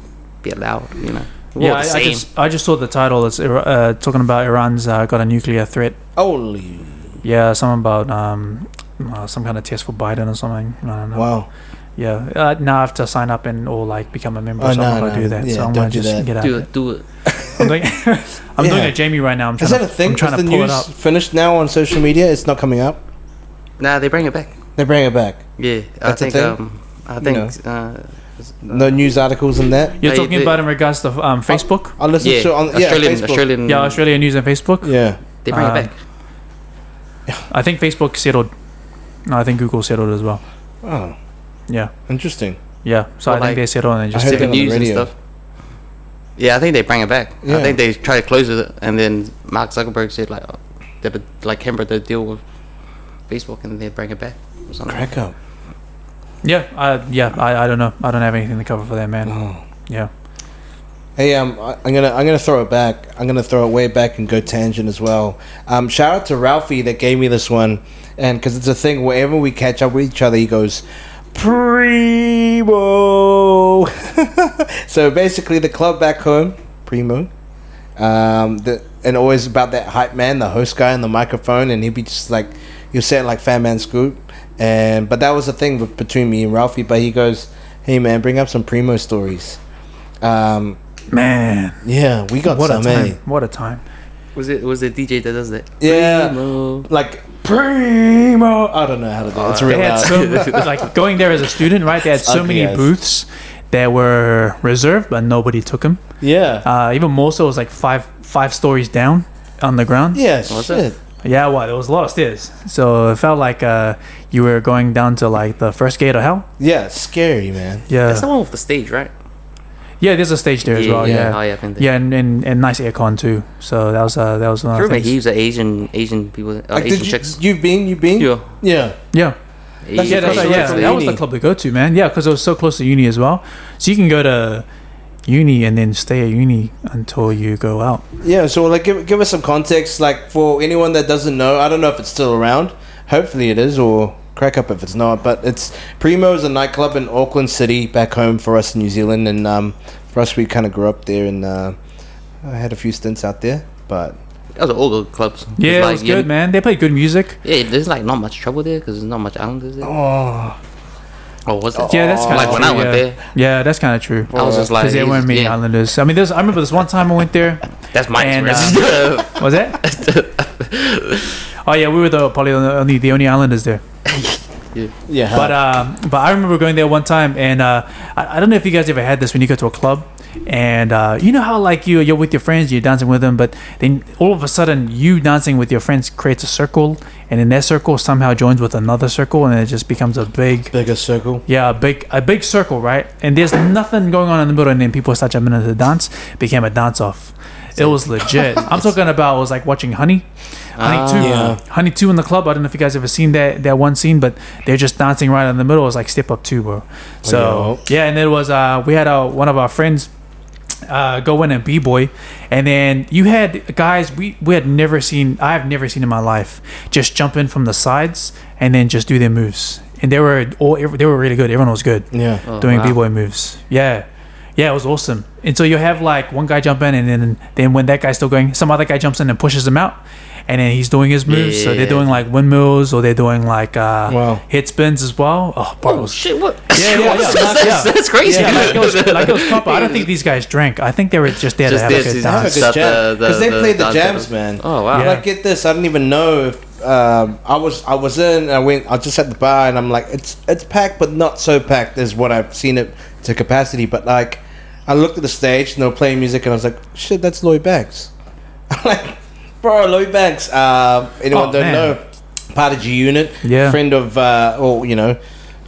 Speaker 3: be allowed, you know. We're
Speaker 1: yeah,
Speaker 3: all the
Speaker 1: I, I
Speaker 3: same.
Speaker 1: just I just saw the title. It's Ira- uh, talking about Iran's uh, got a nuclear threat.
Speaker 2: holy
Speaker 1: Yeah, something about um, uh, some kind of test for Biden or something. I don't know.
Speaker 2: wow,
Speaker 1: Yeah, uh, now I have to sign up and or like become a member.
Speaker 2: Oh,
Speaker 1: or something
Speaker 2: no,
Speaker 1: if I
Speaker 2: no.
Speaker 1: do that,
Speaker 2: Yeah,
Speaker 1: so I'm
Speaker 2: don't
Speaker 1: gonna
Speaker 2: do
Speaker 1: just
Speaker 2: that.
Speaker 1: get out.
Speaker 3: do
Speaker 1: of
Speaker 3: it, do it.
Speaker 1: it. I'm doing, I'm doing a
Speaker 2: Yeah.
Speaker 1: Jamie right now. I'm trying
Speaker 2: is that
Speaker 1: to,
Speaker 2: a thing?
Speaker 1: I'm trying
Speaker 2: Is the
Speaker 1: to pull
Speaker 2: news
Speaker 1: it up.
Speaker 2: finished now on social media? It's not coming up.
Speaker 3: Nah, they bring it back.
Speaker 2: They bring it back.
Speaker 3: Yeah, I
Speaker 2: That's a
Speaker 3: think.
Speaker 2: thing?
Speaker 3: Um, I
Speaker 2: You
Speaker 3: think. uh,
Speaker 2: No news articles and that.
Speaker 1: You're
Speaker 3: Hey,
Speaker 1: talking
Speaker 3: the-
Speaker 1: about in regards to um, Facebook.
Speaker 2: I listen
Speaker 3: yeah,
Speaker 2: to on yeah,
Speaker 3: Australian,
Speaker 2: Facebook.
Speaker 3: Australian.
Speaker 1: yeah, Australia News and Facebook.
Speaker 2: Yeah.
Speaker 3: They bring
Speaker 1: uh,
Speaker 3: it back.
Speaker 1: I think Facebook settled. No, I think Google settled as well.
Speaker 2: Oh,
Speaker 1: Yeah,
Speaker 2: interesting.
Speaker 1: yeah. So
Speaker 3: Well,
Speaker 1: I think
Speaker 3: like-
Speaker 1: they settled and they just
Speaker 2: heard
Speaker 1: took it.
Speaker 2: that on
Speaker 3: Different
Speaker 2: the
Speaker 3: news and
Speaker 2: radio.
Speaker 3: stuff. Yeah, I think they bring it back.
Speaker 2: Yeah.
Speaker 3: I think they try to close it, and then Mark Zuckerberg said like, oh, they would- like Canberra did deal with Facebook, and they bring it back. Or something.
Speaker 2: Crack up.
Speaker 1: Yeah, I, yeah. I, I don't know. I don't have anything to cover for that, man.
Speaker 2: Oh.
Speaker 1: Yeah.
Speaker 2: Hey, um, I- I'm gonna I'm gonna throw it back. I'm gonna throw it way back and go tangent as well. Um, shout out to Ralphie that gave me this one, and because it's a thing wherever we catch up with each other, he goes, Primo. so basically, the club back home, Primo. um, the, and always about that hype man, the host guy on the microphone, and he'd be just like, you will say it like Fan Man Scoop, and but that was the thing with, between me and Ralphie. But he goes, Hey man, bring up some primo stories. Um,
Speaker 1: Man,
Speaker 2: yeah, we got
Speaker 1: what a
Speaker 2: some.
Speaker 1: time!
Speaker 2: eh?
Speaker 1: What a time!
Speaker 3: Was it was it DJ that does that?
Speaker 2: Yeah.
Speaker 3: Primo.
Speaker 2: Like primo. I don't know how to do it. It's
Speaker 3: Uh,
Speaker 2: real
Speaker 1: They had
Speaker 2: loud.
Speaker 1: so like going there as a student, right? They had
Speaker 2: It's
Speaker 1: so
Speaker 2: ugly
Speaker 1: many
Speaker 2: as-
Speaker 1: booths that were reserved, but nobody took them.
Speaker 2: yeah.
Speaker 1: Uh, even more so, it was like five five stories down on the ground.
Speaker 2: Yeah.
Speaker 3: What's
Speaker 2: shit.
Speaker 1: Yeah, well, there was a lot of stairs, so it felt like uh, you were going down to like the first gate of hell.
Speaker 2: Yeah. Scary man.
Speaker 1: Yeah,
Speaker 3: That's the one with the stage, right?
Speaker 1: yeah. There's a stage there as well. Yeah,
Speaker 3: Oh
Speaker 1: yeah,
Speaker 3: yeah, I've been there.
Speaker 1: and, and and nice aircon too. So that was uh, that was one
Speaker 3: I
Speaker 1: of the
Speaker 3: remember
Speaker 1: things.
Speaker 3: heaps of Asian Asian people, uh,
Speaker 2: Like,
Speaker 3: Asian
Speaker 2: did you,
Speaker 3: chicks.
Speaker 2: you've been, you've been.
Speaker 3: Yeah.
Speaker 1: Yeah,
Speaker 2: Yeah. That's-
Speaker 1: yeah,
Speaker 3: Asian
Speaker 1: that's like,
Speaker 2: right,
Speaker 3: chicks.
Speaker 1: yeah.
Speaker 2: to
Speaker 1: That was the
Speaker 2: uni.
Speaker 1: club to go to, man. Yeah, because it was so close to uni as well. So you can go to uni and then stay at uni until you go out.
Speaker 2: Yeah, so like give, give us some context, like for anyone that doesn't know, I don't know if it's still around. Hopefully it is, or crack up if it's not. But it's Primo is a nightclub in Auckland City, back home for us in New Zealand, and um, for us we kind of grew up there, and uh, I had a few stints out there. But
Speaker 3: That was all the clubs.
Speaker 1: Yeah,
Speaker 3: It's
Speaker 1: it
Speaker 3: like,
Speaker 1: was
Speaker 3: you-
Speaker 1: good, man. They played good music.
Speaker 3: Yeah, there's like not much trouble there because there's not much islanders there.
Speaker 2: oh,
Speaker 3: Or was it?
Speaker 1: Yeah, that's kind of
Speaker 3: Oh, like
Speaker 1: true.
Speaker 3: when I went
Speaker 1: yeah.
Speaker 3: there,
Speaker 1: Yeah, that's kind of true.
Speaker 3: I was just like,
Speaker 1: Because there weren't many
Speaker 3: yeah,
Speaker 1: islanders. I mean, there's. I remember this one time I went there.
Speaker 3: that's my
Speaker 1: And, uh,
Speaker 3: experience.
Speaker 1: Was that? oh yeah, we were the probably the only the only islanders there.
Speaker 2: yeah,
Speaker 1: But um, but I remember going there one time, and uh, I, I don't know if you guys ever had this when you go to a club, and uh, you know how like you you're with your friends, you're dancing with them, but then all of a sudden you dancing with your friends creates a circle, and in that circle somehow joins with another circle, and it just becomes a big
Speaker 2: bigger circle.
Speaker 1: yeah, a big a big circle, right? And there's nothing going on in the middle, and then people start jumping into the dance. Became a dance off. It was legit. I'm talking about. I was like watching Honey, Honey
Speaker 3: Ah.
Speaker 1: Two,
Speaker 2: Yeah.
Speaker 1: Honey Two in the club. I don't know if you guys ever seen that that one scene, but they're just dancing right in the middle. It was like Step Up Two, bro. So yeah, and it was uh we had uh, one of our friends uh, go in and b boy, and then you had guys we we had never seen I have never seen in my life just jump in from the sides and then just do their moves, and they were all ev- they were really good. Everyone was good
Speaker 2: Yeah,
Speaker 3: Oh,
Speaker 1: doing
Speaker 3: wow.
Speaker 1: b boy moves. Yeah. Yeah, it was awesome. And so you have like one guy jump in, and then then when that guy's still going, some other guy jumps in and pushes him out, and then he's doing his moves. So they're
Speaker 3: Yeah.
Speaker 1: doing like windmills, or they're doing like uh,
Speaker 2: Wow.
Speaker 1: hit spins as well. Oh, bro, it
Speaker 3: Oh
Speaker 1: was
Speaker 3: shit! What?
Speaker 1: Yeah, yeah, yeah.
Speaker 3: that's,
Speaker 1: Yeah.
Speaker 3: that's crazy.
Speaker 1: yeah, like it was, like it was proper. I don't think these guys drank. I think they were just there
Speaker 3: Just
Speaker 1: to have
Speaker 3: there
Speaker 1: a good
Speaker 3: to-
Speaker 1: time.
Speaker 2: have a good
Speaker 3: Stop the-
Speaker 2: jam
Speaker 3: the-
Speaker 2: because they
Speaker 3: the
Speaker 2: played the
Speaker 3: dance
Speaker 2: jams,
Speaker 3: levels.
Speaker 2: man.
Speaker 3: Oh wow!
Speaker 1: Yeah.
Speaker 2: Like get this, I didn't even know if um, I was I was in. I went. I just at the bar and I'm like, it's it's packed, but not so packed as what I've seen it to capacity. But like, I looked at the stage and they were playing music, and I was like, shit, that's Lloyd Banks. I'm like, bro, Lloyd Banks. Um, anyone
Speaker 1: Oh,
Speaker 2: don't
Speaker 1: man.
Speaker 2: know? Part of G Unit.
Speaker 1: Yeah.
Speaker 2: Friend of uh, or you know.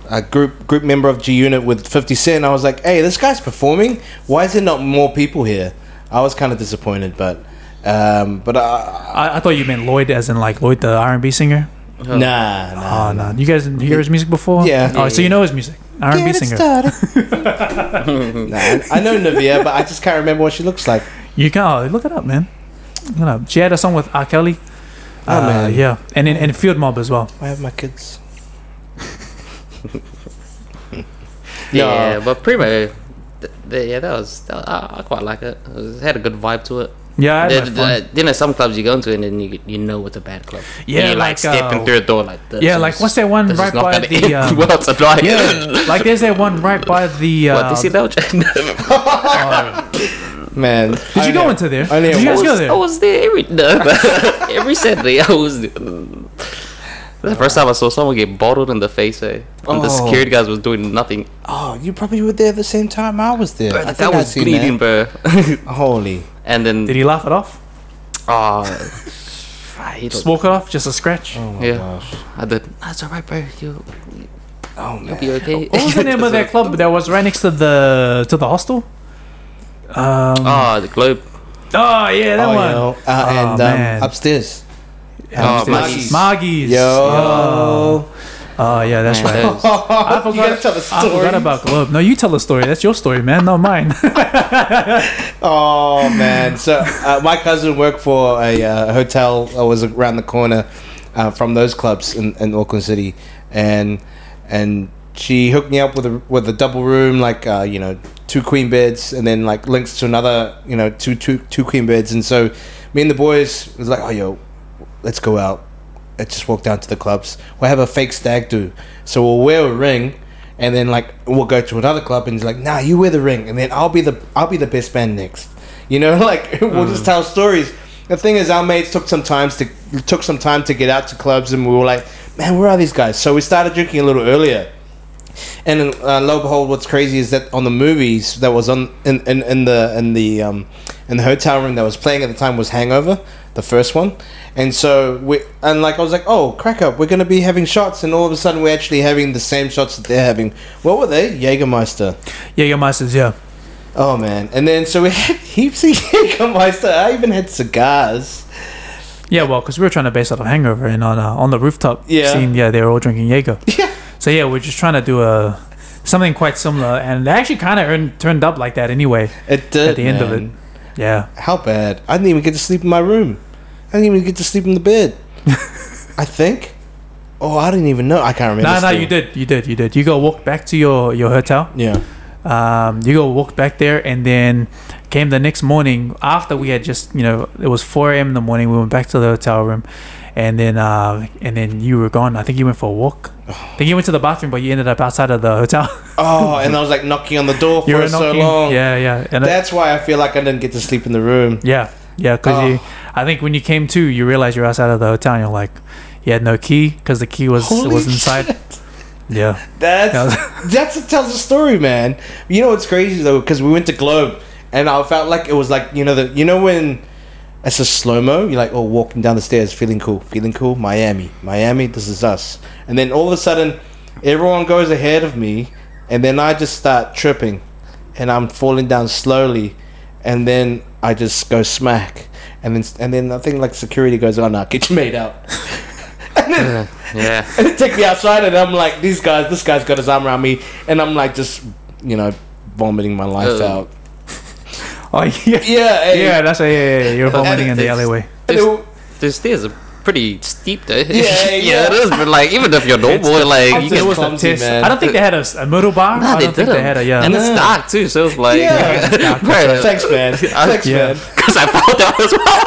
Speaker 2: A group group member of G Unit with Fifty Cent. I was like, "Hey, this guy's performing. Why is there not more people here?" I was kind of disappointed, but um, but I,
Speaker 1: I, I thought you meant Lloyd, as in like Lloyd, the R and B singer.
Speaker 3: Oh.
Speaker 2: Nah, nah.
Speaker 1: Oh no, you guys didn't hear his music before?
Speaker 2: Yeah.
Speaker 1: Oh, so you know his music, R and B singer.
Speaker 2: nah, I know Nivea, but I just can't remember what she looks like.
Speaker 1: You can oh, look it up, man. Look it up. She had a song with R. Kelly.
Speaker 2: Oh,
Speaker 1: Uh,
Speaker 2: man.
Speaker 1: Yeah, and and, and Field Mob as well.
Speaker 2: I have my kids.
Speaker 3: Yeah,
Speaker 2: No.
Speaker 3: but Primo, th- th- yeah, that was that, I, I quite like it. It, was- it had a good vibe to it.
Speaker 1: Yeah, I had
Speaker 3: There-
Speaker 1: my
Speaker 3: there-
Speaker 1: fun.
Speaker 3: you know, some clubs you go into and then you you know what's a bad club.
Speaker 1: Yeah,
Speaker 3: And you
Speaker 1: like,
Speaker 3: like, stepping
Speaker 1: uh,
Speaker 3: through a door like this.
Speaker 1: yeah,
Speaker 3: and
Speaker 1: like
Speaker 3: it's-
Speaker 1: what's that one
Speaker 3: this
Speaker 1: right
Speaker 3: is not
Speaker 1: by
Speaker 3: gonna
Speaker 1: the?
Speaker 3: end
Speaker 1: Um,
Speaker 3: well tonight.
Speaker 1: yeah, like there's that one right by the. Uh,
Speaker 3: What this is
Speaker 2: Man,
Speaker 1: did you go into there?
Speaker 2: only
Speaker 1: Did you
Speaker 2: at
Speaker 1: guys
Speaker 2: once.
Speaker 1: go
Speaker 3: I
Speaker 1: there?
Speaker 3: was there every no, every Saturday. I was. there. The first time I saw someone get bottled in the face, eh? And the
Speaker 2: Oh.
Speaker 3: security guys was doing nothing.
Speaker 2: Oh, you probably were there the same time I was there. I
Speaker 3: Like,
Speaker 2: think
Speaker 3: that
Speaker 2: I
Speaker 3: was
Speaker 2: seen
Speaker 3: bleeding, bro.
Speaker 2: that. Holy.
Speaker 3: and then
Speaker 1: Did he laugh it off?
Speaker 3: Ah, he
Speaker 1: Just walk it off, just a scratch.
Speaker 2: Oh my
Speaker 3: Yeah.
Speaker 2: gosh.
Speaker 3: I did. That's alright, bro. You,
Speaker 2: Oh man.
Speaker 3: you'll be okay.
Speaker 1: What was the name of that club that was right next to the to the hostel? Um,
Speaker 3: Ah, the Globe.
Speaker 1: oh yeah, that
Speaker 2: Oh,
Speaker 1: one.
Speaker 2: yo. Uh,
Speaker 1: Oh,
Speaker 2: and
Speaker 1: man.
Speaker 2: um, upstairs.
Speaker 3: Oh,
Speaker 1: Upstairs.
Speaker 3: Maggie's.
Speaker 1: Maggie's.
Speaker 2: Yo.
Speaker 1: Oh yeah, that's
Speaker 3: Man,
Speaker 1: right.
Speaker 3: that was-
Speaker 1: I forgot,
Speaker 2: you gotta tell the
Speaker 1: I
Speaker 2: story.
Speaker 1: forgot about Globe. No, you tell the story. That's your story, man, not mine.
Speaker 2: Oh man! So uh, my cousin worked for a uh, hotel that was around the corner uh, from those clubs in, in Auckland City, and and she hooked me up with a with a double room, like uh, you know, two queen beds, and then like links to another, you know, two two two queen beds. And so me and the boys was like, oh yo, let's go out. Let's just walk down to the clubs. We'll have a fake stag do. So we'll wear a ring and then like we'll go to another club and he's like nah you wear the ring and then i'll be the i'll be the best man next you know like we'll just tell stories the thing is our mates took some time to took some time to get out to clubs and we were like man where are these guys so we started drinking a little earlier and uh, lo and behold, what's crazy is that on the movies that was on in, in, in the in the um, in the hotel room that was playing at the time was Hangover, the first one, and so we and like I was like, oh crack up, we're gonna be having shots, and all of a sudden we're actually having the same shots that they're having. What were they? Jägermeister.
Speaker 1: Yeah, your masters. Yeah.
Speaker 2: Oh man! And then so we had heaps of Jägermeister. I even had cigars.
Speaker 1: Yeah, well, because we were trying to base out of Hangover and on uh, on the rooftop
Speaker 2: Yeah.
Speaker 1: scene, yeah, they were all drinking Jaeger.
Speaker 2: Yeah.
Speaker 1: So yeah, we're just trying to do a something quite similar, and it actually kind of turned up like that anyway.
Speaker 2: It did.
Speaker 1: At the end of it. Yeah,
Speaker 2: How bad? I didn't even get to sleep in my room. I didn't even get to sleep in the bed. I think. Oh, I didn't even know. I can't remember.
Speaker 1: no, no,
Speaker 2: still.
Speaker 1: you did, you did, you did. You go walk back to your your hotel.
Speaker 2: Yeah.
Speaker 1: Um, you go walk back there, and then came the next morning after we had just you know it was 4 a.m. in the morning. We went back to the hotel room, and then uh, and then you were gone. I think you went for a walk. I think you went to the bathroom, but you ended up outside of the hotel.
Speaker 2: Oh, and I was like knocking on the door
Speaker 1: you
Speaker 2: for
Speaker 1: were
Speaker 2: so
Speaker 1: knocking.
Speaker 2: long.
Speaker 1: Yeah, yeah, and it-
Speaker 2: That's why I feel like I didn't get to sleep in the room.
Speaker 1: Yeah, yeah, because
Speaker 2: Oh.
Speaker 1: you, I think when you came to, you realized you're outside of the hotel. and You're like, you had no key because the key was
Speaker 2: Holy
Speaker 1: was inside.
Speaker 2: shit.
Speaker 1: Yeah,
Speaker 2: That's that's it tells the story, man. You know what's crazy though, because we went to Globe, and I felt like it was like you know the you know when it's a slow mo. You're like, oh, walking down the stairs, feeling cool, feeling cool, Miami, Miami. This is us. And then all of a sudden, everyone goes ahead of me, and then I just start tripping, and I'm falling down slowly, and then I just go smack, and then and then I think like security goes, oh no, get your mate out. and then
Speaker 3: Yeah. yeah.
Speaker 2: and they take me outside, and I'm like, these guys, this guy's got his arm around me, and I'm like, just you know, vomiting my life
Speaker 3: Ugh.
Speaker 2: out.
Speaker 1: oh yeah,
Speaker 2: Yeah, hey.
Speaker 1: yeah. That's a, yeah, yeah, yeah. You're
Speaker 3: And
Speaker 1: vomiting in the
Speaker 3: it's-
Speaker 1: alleyway.
Speaker 2: And
Speaker 3: There's,
Speaker 2: it-
Speaker 3: the stairs are pretty steep though.
Speaker 2: yeah.
Speaker 3: it is. But like, even if you're normal, like you
Speaker 2: It
Speaker 3: can.
Speaker 2: was a test.
Speaker 1: I don't think they had a, s- a middle bar.
Speaker 3: Nah,
Speaker 1: I
Speaker 3: they
Speaker 1: don't think
Speaker 3: didn't.
Speaker 1: they had a yeah.
Speaker 3: And it's
Speaker 2: No.
Speaker 3: dark too, so it's like,
Speaker 2: Yeah.
Speaker 3: bro,
Speaker 2: Thanks, man. Thanks,
Speaker 1: Yeah.
Speaker 2: man.
Speaker 3: because I fell down as well.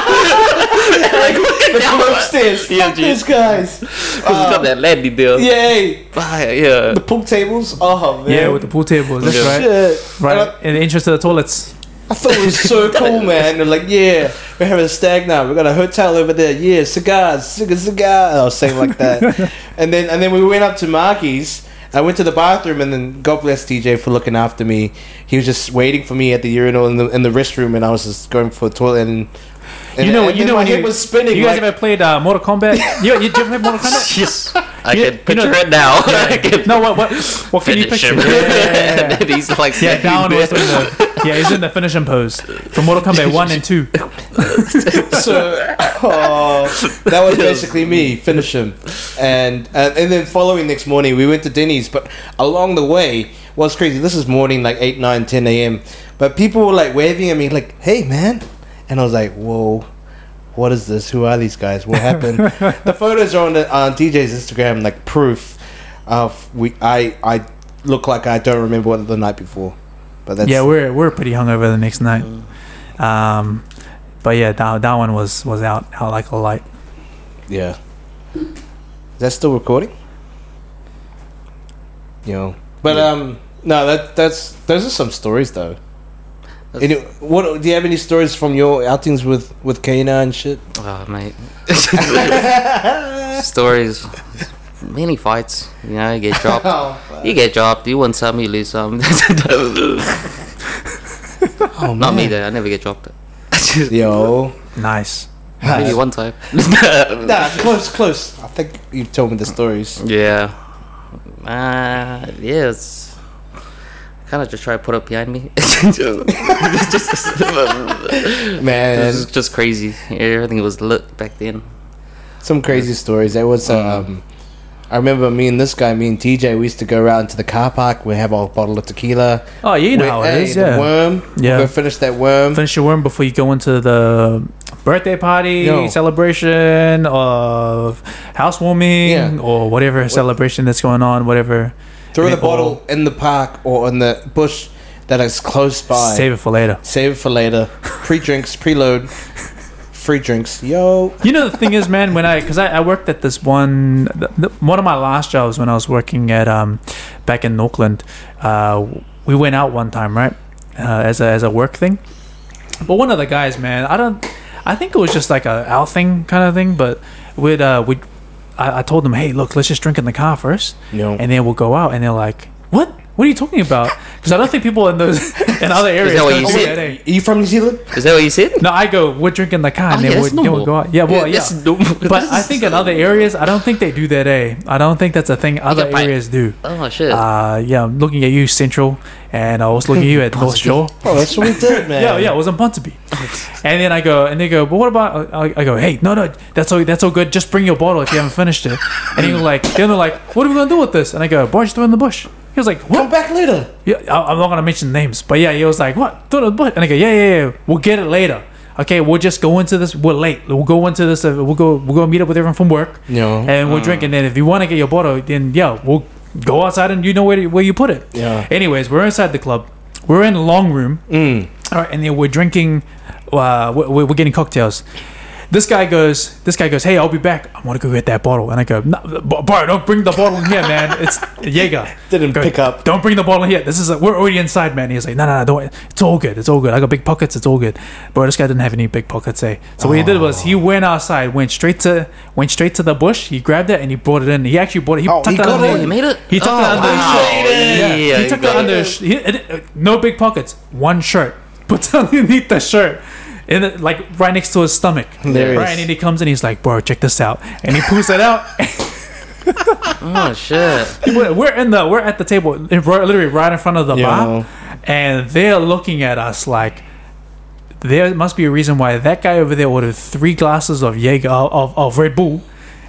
Speaker 3: like, look
Speaker 2: Let's go upstairs.
Speaker 3: Yeah, Uh,
Speaker 2: Fuck
Speaker 3: dude.
Speaker 2: these guys.
Speaker 3: Because it's got that landy deal.
Speaker 2: Yeah, hey.
Speaker 3: Bye, yeah.
Speaker 2: the pool tables. Oh man.
Speaker 1: yeah, with the pool tables. That's
Speaker 3: Yeah.
Speaker 1: right.
Speaker 2: Shit. And I-
Speaker 1: Right. In the interest of the toilets.
Speaker 2: I thought it was so cool, man. They're like, yeah, we're having a stag night. We got a hotel over there. Yeah, cigars, cigar, cigar. I was saying like that, and then and then we went up to Marky's. I went to the bathroom, and then God bless TJ for looking after me. He was just waiting for me at the urinal in the in the restroom, and I was just going for the toilet. And, and
Speaker 1: you know,
Speaker 2: and
Speaker 1: you
Speaker 2: then
Speaker 1: know
Speaker 2: my
Speaker 1: when
Speaker 2: head
Speaker 1: you,
Speaker 2: was spinning.
Speaker 1: You guys
Speaker 2: like,
Speaker 1: ever played uh, Mortal Kombat? you, you, you ever played Mortal Kombat?
Speaker 3: Yes. I
Speaker 1: You-
Speaker 3: can
Speaker 1: you know-
Speaker 3: picture it now. I can
Speaker 1: No, what what what can you
Speaker 3: finish
Speaker 1: picture?
Speaker 3: him.
Speaker 1: Yeah, yeah, yeah.
Speaker 3: And he's like,
Speaker 1: Yeah,
Speaker 3: standing
Speaker 1: down
Speaker 3: there.
Speaker 1: was in the yeah, he's in the finishing pose from Mortal Kombat one and two.
Speaker 2: so oh, that was basically me finish him and uh, and then following next morning we went to denny's but along the way was crazy this is morning like 8 9 10 a.m but people were like waving at me like hey man and i was like whoa what is this who are these guys what happened the photos are on the, on dj's instagram like proof of we i i look like i don't remember what the night before but that's
Speaker 1: yeah, we're we're pretty hungover the next night. Um, but yeah, that, that one was was out out like a light.
Speaker 2: Yeah. Is that still recording? Yo. But um no, that that's those are some stories though.
Speaker 3: That's-
Speaker 2: Any, what do you have any stories from your outings with with Kana and shit?
Speaker 3: Oh, mate. Stories. Many fights. You know, you get dropped.
Speaker 2: Oh,
Speaker 3: You get dropped. You win some, you lose some. Not
Speaker 2: oh
Speaker 3: me, though. I never get dropped.
Speaker 2: Yo.
Speaker 1: Nice.
Speaker 3: Maybe one time.
Speaker 2: Nah, close, close. I think you've told me the stories.
Speaker 3: Yeah. Uh, yeah, it's kind of just try to put up behind me. It's just, it
Speaker 2: Man,
Speaker 3: was just crazy. Everything was lit back then.
Speaker 2: some crazy stories. There was um, I remember me and this guy, me and TJ, we used to go around to the car park. We have our bottle of tequila.
Speaker 1: Oh, yeah, you know
Speaker 2: We-
Speaker 1: how it
Speaker 2: hey,
Speaker 1: is.
Speaker 2: The
Speaker 1: Yeah,
Speaker 2: worm.
Speaker 1: Yeah.
Speaker 2: Go finish that worm.
Speaker 1: finish your worm before you go into the birthday party
Speaker 2: Yo.
Speaker 1: celebration of housewarming
Speaker 2: Yeah.
Speaker 1: or whatever celebration that's going on. Whatever.
Speaker 2: Throw
Speaker 1: And
Speaker 2: the
Speaker 1: then-
Speaker 2: bottle in the park or in the bush that is close by.
Speaker 1: Save it for later.
Speaker 2: Save it for later. Pre drinks, preload. free drinks. Yo.
Speaker 1: You know the thing is, man, when I because I, I worked at this one the, the, one of my last jobs when I was working at um back in Auckland, uh, we went out one time right uh, as a as a work thing, but one of the guys, man, I don't, I think it was just like a out thing kind of thing, but we'd uh we, I, I told them, hey, look, let's just drink in the car first,
Speaker 2: No.
Speaker 1: and then we'll go out, and they're like, what? What are you talking about? Because I don't think people in those in other areas.
Speaker 3: what
Speaker 1: don't
Speaker 3: you
Speaker 1: do
Speaker 3: said?
Speaker 1: that, eh?
Speaker 2: Are you from New Zealand?
Speaker 3: Is that what you said?
Speaker 1: No, I go. We'll drink in the car,
Speaker 3: Oh,
Speaker 1: and
Speaker 3: yeah,
Speaker 1: then,
Speaker 3: that's
Speaker 1: we'll, then we'll
Speaker 3: normal.
Speaker 1: go out. Yeah, well, yeah.
Speaker 3: that's normal.
Speaker 1: But I think in other areas, I don't think they do that. Eh, I don't think that's a thing other
Speaker 3: Yeah, but-
Speaker 1: areas do.
Speaker 3: Oh shit.
Speaker 1: Uh, yeah, I'm looking at you, Central, and I was looking at you at North Shore.
Speaker 2: Oh, that's what we did, man.
Speaker 1: Yeah, yeah, it was in Ponsonby. and then I go, and they go, but what about? I, I go, hey, no, no, that's all, that's all good. Just bring your bottle if you haven't finished it. And he was like, then they're like, what are we gonna do with this? And I go, boy, just throw it in the bush. He was like, what?
Speaker 2: Come back later.
Speaker 1: Yeah, I- I'm not gonna mention names, but yeah, he was like, "What? Throw the butt?" And I go, "Yeah, yeah, yeah. We'll get it later. Okay, we'll just go into this. We're late. We'll go into this. Uh, we'll go. We'll go meet up with everyone from work,
Speaker 2: No.
Speaker 1: and we'll drink. And then if you want to get your bottle, then yeah, we'll go outside and you know where to, where you put it.
Speaker 2: Yeah.
Speaker 1: Anyways, we're inside the club. We're in the long room. All right, and then we're drinking. Uh, we're, we're getting cocktails. This guy goes. This guy goes. Hey, I'll be back. I want to go get that bottle. And I go, no, bro, don't bring the bottle in here, man. It's Jaeger.
Speaker 2: Didn't
Speaker 1: Go,
Speaker 2: pick up.
Speaker 1: Don't bring the bottle here. This is a, we're already inside, man. He's like, no, no, no, don't. It's all good. It's all good. I got big pockets. It's all good. Bro, this guy didn't have any big pockets, eh? So what he did was
Speaker 2: Oh.
Speaker 1: he went outside, went straight to went straight to the bush. He grabbed it and he brought it in. He actually brought it. He
Speaker 2: Oh,
Speaker 1: tucked
Speaker 2: he
Speaker 1: it
Speaker 2: got
Speaker 1: under.
Speaker 2: it.
Speaker 3: You made it?
Speaker 1: He took
Speaker 3: Oh,
Speaker 1: it under.
Speaker 3: wow.
Speaker 1: Yeah,
Speaker 3: Yeah,
Speaker 1: he
Speaker 3: you
Speaker 1: took it
Speaker 3: got
Speaker 1: under.
Speaker 3: it.
Speaker 1: his sh- He, it, it- no big pockets. One shirt. Puts underneath the shirt. In it, like right next to his stomach.
Speaker 2: Hilarious.
Speaker 1: Right, and he comes and he's like, "Bro, check this out." And he pulls it out.
Speaker 3: oh shit.
Speaker 1: We're we're in the we're at the table, right- literally right in front of the
Speaker 2: Yeah.
Speaker 1: bar, and they're looking at us like there must be a reason why that guy over there ordered three glasses of Jaeger of, of Red Bull.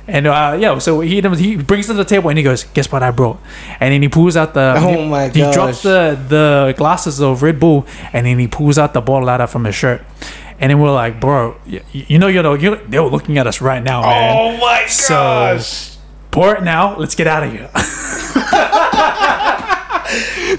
Speaker 1: And uh, yeah, so he he brings it to the table and he goes, "Guess what I brought?" And then he pulls out the
Speaker 2: Oh
Speaker 1: he,
Speaker 2: my
Speaker 1: he drops
Speaker 2: gosh.
Speaker 1: the the glasses of Red Bull and then he pulls out the bottle out of from his shirt. And then we're like, "Bro, you, you know, you know, you they were looking at us right now, man."
Speaker 2: my
Speaker 1: So- Pour it now. Let's get out of here.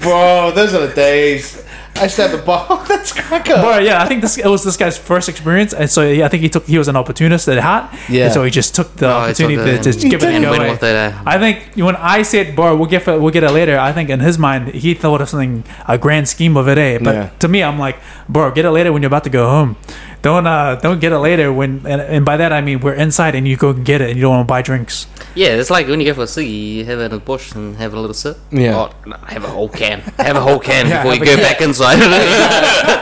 Speaker 2: Bro, those are the days. I used to have the bar. That's cracker.
Speaker 1: Bro, yeah, I think this it was this guy's first experience, and so yeah, I think he took he was an opportunist at heart,
Speaker 2: Yeah.
Speaker 1: and so he just took the
Speaker 3: Oh, he took
Speaker 1: opportunity to
Speaker 3: it and-
Speaker 1: just give it a
Speaker 3: And
Speaker 1: go.
Speaker 3: went with it. eh?
Speaker 1: I think when I said, "Bro, we'll get it, we'll get it later," I think in his mind he thought of something a grand scheme of it, eh? But
Speaker 2: Yeah.
Speaker 1: to me, I'm like, "Bro, get it later when you're about to go home. Don't uh, don't get it later when." And, and by that I mean we're inside and you go and get it, and you don't want to buy drinks.
Speaker 3: Yeah, it's like when you go for a ciggy, you have it in the bush and have a little sip.
Speaker 2: Yeah.
Speaker 3: Oh, no, have a whole can. Have a whole can
Speaker 1: Yeah,
Speaker 3: before you
Speaker 1: have a
Speaker 3: go
Speaker 1: can.
Speaker 3: back inside.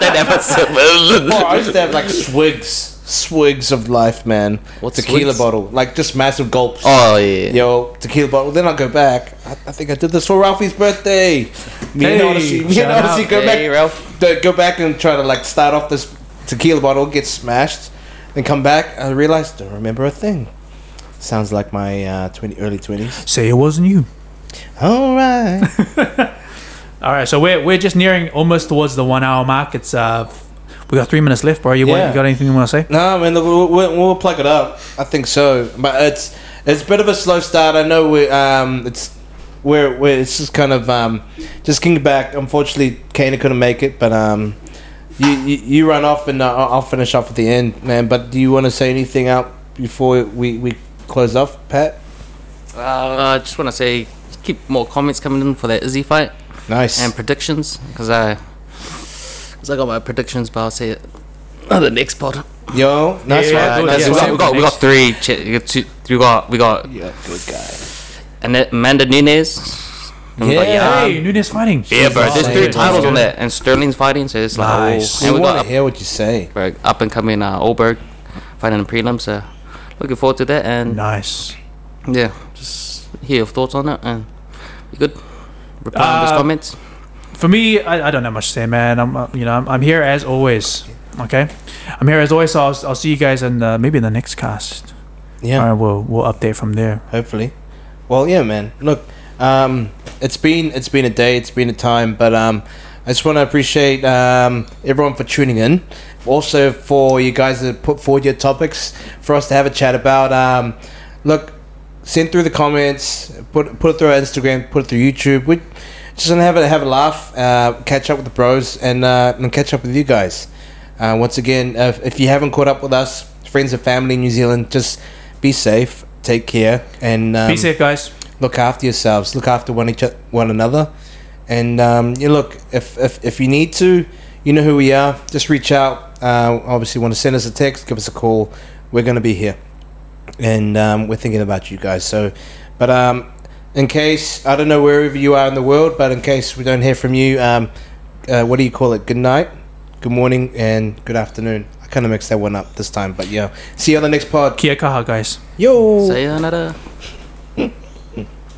Speaker 3: then have a sip.
Speaker 2: Bro, I used to have like swigs, swigs of life, man.
Speaker 3: What's
Speaker 2: tequila
Speaker 3: swigs?
Speaker 2: bottle, like just massive gulps.
Speaker 3: oh yeah.
Speaker 2: Yo, tequila bottle. Then I'll go back. I, I think I did this for Ralphie's birthday. Me
Speaker 1: Hey,
Speaker 2: and Odyssey, me and
Speaker 1: shout
Speaker 2: Odyssey
Speaker 1: out.
Speaker 2: go
Speaker 3: Hey,
Speaker 2: back,
Speaker 3: Ralph.
Speaker 2: th- go back and try to like start off this tequila bottle, get smashed, then come back. I realized don't remember a thing. Sounds like my uh, twenty early twenties.
Speaker 1: Say it wasn't you.
Speaker 2: All right.
Speaker 1: All right, so we're we're just nearing almost towards the one hour mark. It's uh, we got three minutes left, bro. You what?
Speaker 2: Yeah.
Speaker 1: You got anything you want to say?
Speaker 2: No, man, look, we'll, we'll, we'll plug it up. I think so, but it's it's a bit of a slow start. I know we um it's we're, we're it's just kind of um just kicking back. Unfortunately, Kana couldn't make it, but um you you, you run off and uh, I'll I'll finish off at the end, man. But do you want to say anything out before we we close off, Pat?
Speaker 3: Uh, I just want to say, keep more comments coming in for that Izzy fight
Speaker 2: Nice.
Speaker 3: and predictions, because I, cause I got my predictions, but I'll say it on the next pod.
Speaker 2: Yo, nice
Speaker 1: Yeah,
Speaker 2: one.
Speaker 1: good,
Speaker 2: nice
Speaker 1: yeah,
Speaker 3: we,
Speaker 2: one.
Speaker 3: got, we, got, we got three. Ch- we got two. We got we got
Speaker 2: Yeah, good guy.
Speaker 3: Ana- Amanda Nunes. And we got
Speaker 2: Yeah.
Speaker 3: Jan.
Speaker 1: Hey, Nunes fighting.
Speaker 3: Yeah, bro. There's
Speaker 2: awesome.
Speaker 3: three
Speaker 2: Yeah,
Speaker 3: titles
Speaker 1: yeah.
Speaker 3: on that, and Sterling's fighting, so it's like,
Speaker 1: Nice.
Speaker 3: oh, and
Speaker 2: we
Speaker 3: we
Speaker 2: want to
Speaker 3: got up,
Speaker 2: hear what you say.
Speaker 3: bro, up and coming uh, Olberg fighting in prelims. So looking forward to that, and
Speaker 1: Nice.
Speaker 3: yeah, just hear your thoughts on it, and you good. Reply on
Speaker 1: Uh,
Speaker 3: those comments.
Speaker 1: For me, I, I don't have much to say, man. I'm uh, you know I'm, I'm here as always. Okay, I'm here as always. So I'll, I'll see you guys in uh, maybe in the next cast.
Speaker 2: Yeah.
Speaker 1: All right, we'll we'll update from there.
Speaker 2: hopefully. Well, yeah, man. Look, um, it's been it's been a day, it's been a time, but um, I just want to appreciate um, everyone for tuning in. Also, for you guys to put forward your topics for us to have a chat about. Um, look, send through the comments, put put it through our Instagram, put it through YouTube. We just want to have a have a laugh, uh, catch up with the bros, and uh, and catch up with you guys. Uh, once again, if, if you haven't caught up with us friends and family in New Zealand, just be safe, take care, and um,
Speaker 1: Be safe, guys.
Speaker 2: look after yourselves, look after one each one another, and um, yeah, look if, if if you need to, you know who we are. Just reach out. Uh, obviously, want to send us a text, give us a call. We're going to be here, and um, we're thinking about you guys. So, but um, in case I don't know wherever you are in the world, but in case we don't hear from you, um, uh, what do you call it? Good night, good morning, and good afternoon. I kind of mixed that one up this time, but yeah. See you on the next pod.
Speaker 1: Kia kaha, guys.
Speaker 2: Yo.
Speaker 3: Sayonara.